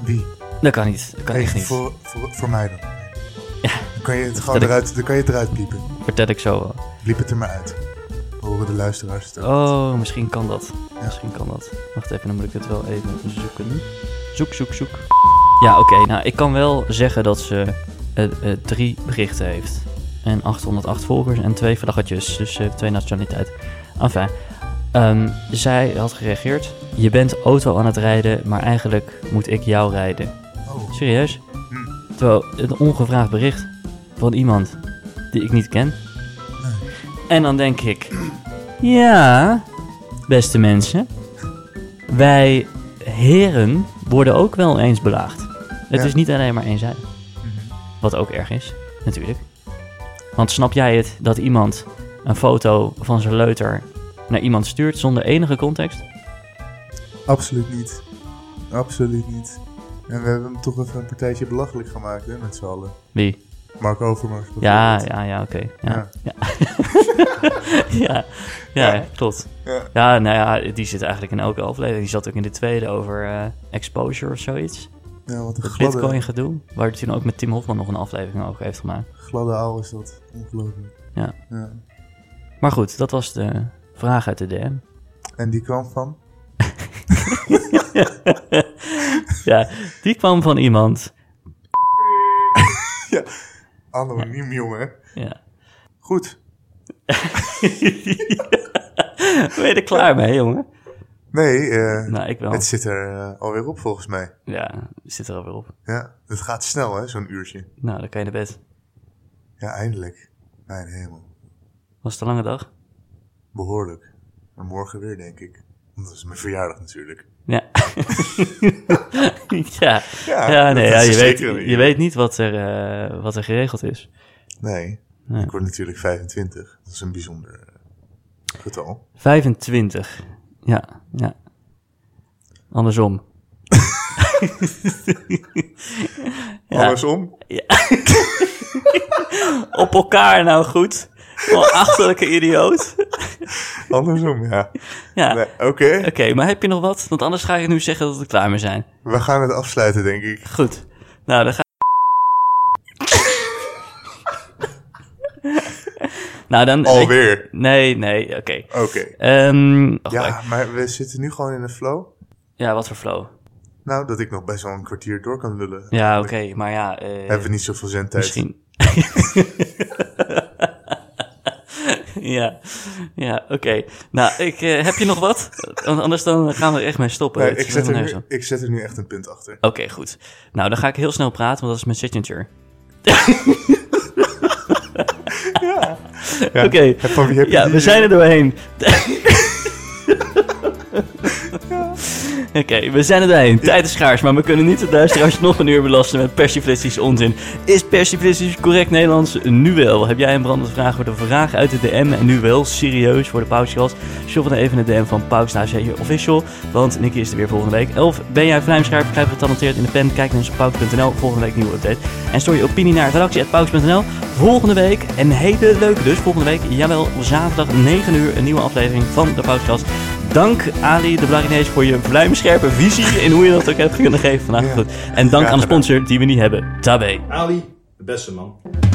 Speaker 2: wie?
Speaker 1: Dat kan niet, dat kan
Speaker 2: Hey,
Speaker 1: echt niet.
Speaker 2: Voor, voor, voor mij dan. Dan kan je het
Speaker 1: Dat
Speaker 2: gewoon
Speaker 1: ik-
Speaker 2: eruit, dan kan je het eruit piepen.
Speaker 1: Vertel ik zo wel.
Speaker 2: Bliep het er maar uit. Horen de luisteraars het ook.
Speaker 1: Oh, misschien kan dat.
Speaker 2: Ja.
Speaker 1: Misschien kan dat. Wacht even, dan moet ik het wel even zoeken. Zoek, zoek, zoek. Ja, oké. nou, ik kan wel zeggen dat ze eh, eh, drie berichten heeft. En 808 volgers en twee vlaggetjes. Dus ze heeft twee nationaliteit. Enfin, ehm, zij had gereageerd. Je bent auto aan het rijden, maar eigenlijk moet ik jou rijden.
Speaker 2: Oh,
Speaker 1: Serieus? Terwijl een ongevraagd bericht van iemand die ik niet ken. En dan denk ik, ja, beste mensen, wij heren worden ook wel eens belaagd. Het
Speaker 2: Ja.
Speaker 1: is niet alleen maar eenzijdig. Wat ook erg is, natuurlijk. Want snap jij het dat iemand een foto van zijn leuter naar iemand stuurt zonder enige context?
Speaker 2: absoluut niet. Absoluut niet. En we hebben hem toch even een partijtje belachelijk gemaakt, hè, met z'n allen.
Speaker 1: Wie?
Speaker 2: Mark Overmars
Speaker 1: Ja,
Speaker 2: bijvoorbeeld.
Speaker 1: ja, ja, oké.
Speaker 2: Ja.
Speaker 1: Ja. Ja. ja. ja,
Speaker 2: Ja.
Speaker 1: klopt.
Speaker 2: Ja.
Speaker 1: Ja. nou ja, die zit eigenlijk in elke aflevering. Die zat ook in de tweede over eh, exposure of zoiets.
Speaker 2: Ja, wat een
Speaker 1: Bitcoin
Speaker 2: gladde,
Speaker 1: gedoe. Waar hij toen ook met Tim Hofman nog een aflevering over heeft gemaakt.
Speaker 2: gladde ouwe is dat. Ongelooflijk.
Speaker 1: Ja.
Speaker 2: Ja.
Speaker 1: Maar goed, dat was de vraag uit de DM.
Speaker 2: En die kwam van?
Speaker 1: Ja, die kwam van iemand.
Speaker 2: Anoniem, jongen.
Speaker 1: Ja.
Speaker 2: Goed.
Speaker 1: Ben je er klaar mee, jongen?
Speaker 2: Nee, eh,
Speaker 1: Nou, ik wel.
Speaker 2: het zit er eh, alweer op volgens mij.
Speaker 1: Ja, zit er alweer op.
Speaker 2: Ja, het gaat snel hè, zo'n uurtje.
Speaker 1: Nou, dan kan je naar bed.
Speaker 2: Ja, eindelijk. Mijn hemel.
Speaker 1: Was het een lange dag?
Speaker 2: Behoorlijk. Maar morgen weer, denk ik. Want dat is mijn verjaardag natuurlijk.
Speaker 1: Ja. ja.
Speaker 2: Ja,
Speaker 1: ja, nee,
Speaker 2: dat
Speaker 1: ja,
Speaker 2: is
Speaker 1: je, weet,
Speaker 2: zeker een
Speaker 1: je
Speaker 2: uur.
Speaker 1: weet niet wat er, eh, wat er geregeld is.
Speaker 2: Nee,
Speaker 1: Nee.
Speaker 2: ik word natuurlijk 25. Dat is een bijzonder eh, getal.
Speaker 1: 25. Ja, ja. Andersom. Ja.
Speaker 2: Andersom,
Speaker 1: Op elkaar nou goed. Oh, achterlijke idioot.
Speaker 2: andersom, ja.
Speaker 1: Ja.
Speaker 2: Nee, Oké,
Speaker 1: Oké, maar heb je nog wat? Want anders ga ik nu zeggen dat we klaar mee zijn.
Speaker 2: we gaan het afsluiten, denk ik.
Speaker 1: Goed. Nou, dan ga Nou, dan...
Speaker 2: Alweer.
Speaker 1: Nee, nee, oké.
Speaker 2: Oké.
Speaker 1: Ehm, wacht even.
Speaker 2: Ja, maar we zitten nu gewoon in een flow.
Speaker 1: ja, wat voor flow.
Speaker 2: Nou, dat ik nog best wel een kwartier door kan lullen.
Speaker 1: Ja, oké, maar ja... eh,
Speaker 2: Hebben we niet zoveel zendtijd.
Speaker 1: Misschien. ja, ja oké. Nou, ik, eh, heb je nog wat? Want anders dan gaan we er echt mee stoppen.
Speaker 2: Nee,
Speaker 1: Het
Speaker 2: ik,
Speaker 1: is
Speaker 2: zet er
Speaker 1: helemaal nergens
Speaker 2: nu, ik zet er nu echt een punt achter.
Speaker 1: aan. Oké, goed. Nou, dan ga ik heel snel praten, want dat is mijn signature.
Speaker 2: Ja.
Speaker 1: Oké.
Speaker 2: En Van wie heb je
Speaker 1: Ja,
Speaker 2: die-
Speaker 1: we zijn er doorheen. Oké, we zijn er doorheen. Tijd is schaars, maar we kunnen niet de luisteraars nog een uur belasten met persiflistische onzin. Is persiflistisch correct Nederlands? Nu wel. Heb jij een brandende vraag voor de vraag uit de DM? En nu wel, serieus, voor de pausgast? Shop dan even de DM van nou Paus naar Zee Official, want Nicky is er weer volgende week. 11. Ben jij vlijmscherp? Blijf getalenteerd in de pen? Kijk naar ons op paus.nl. Volgende week nieuwe update. En stoor je opinie naar redactie.paus.nl. Volgende week, een hele leuke dus, volgende week, jawel, zaterdag 9 uur, een nieuwe aflevering van de Pausgast. Dank Ali de Blarinees voor je vlijmscherpe visie en hoe je dat ook hebt kunnen geven vandaag.
Speaker 2: Ja.
Speaker 1: Goed. En dank aan
Speaker 2: Graag
Speaker 1: de
Speaker 2: gedaan.
Speaker 1: sponsor die we niet hebben, Tabé.
Speaker 3: Ali, de beste man.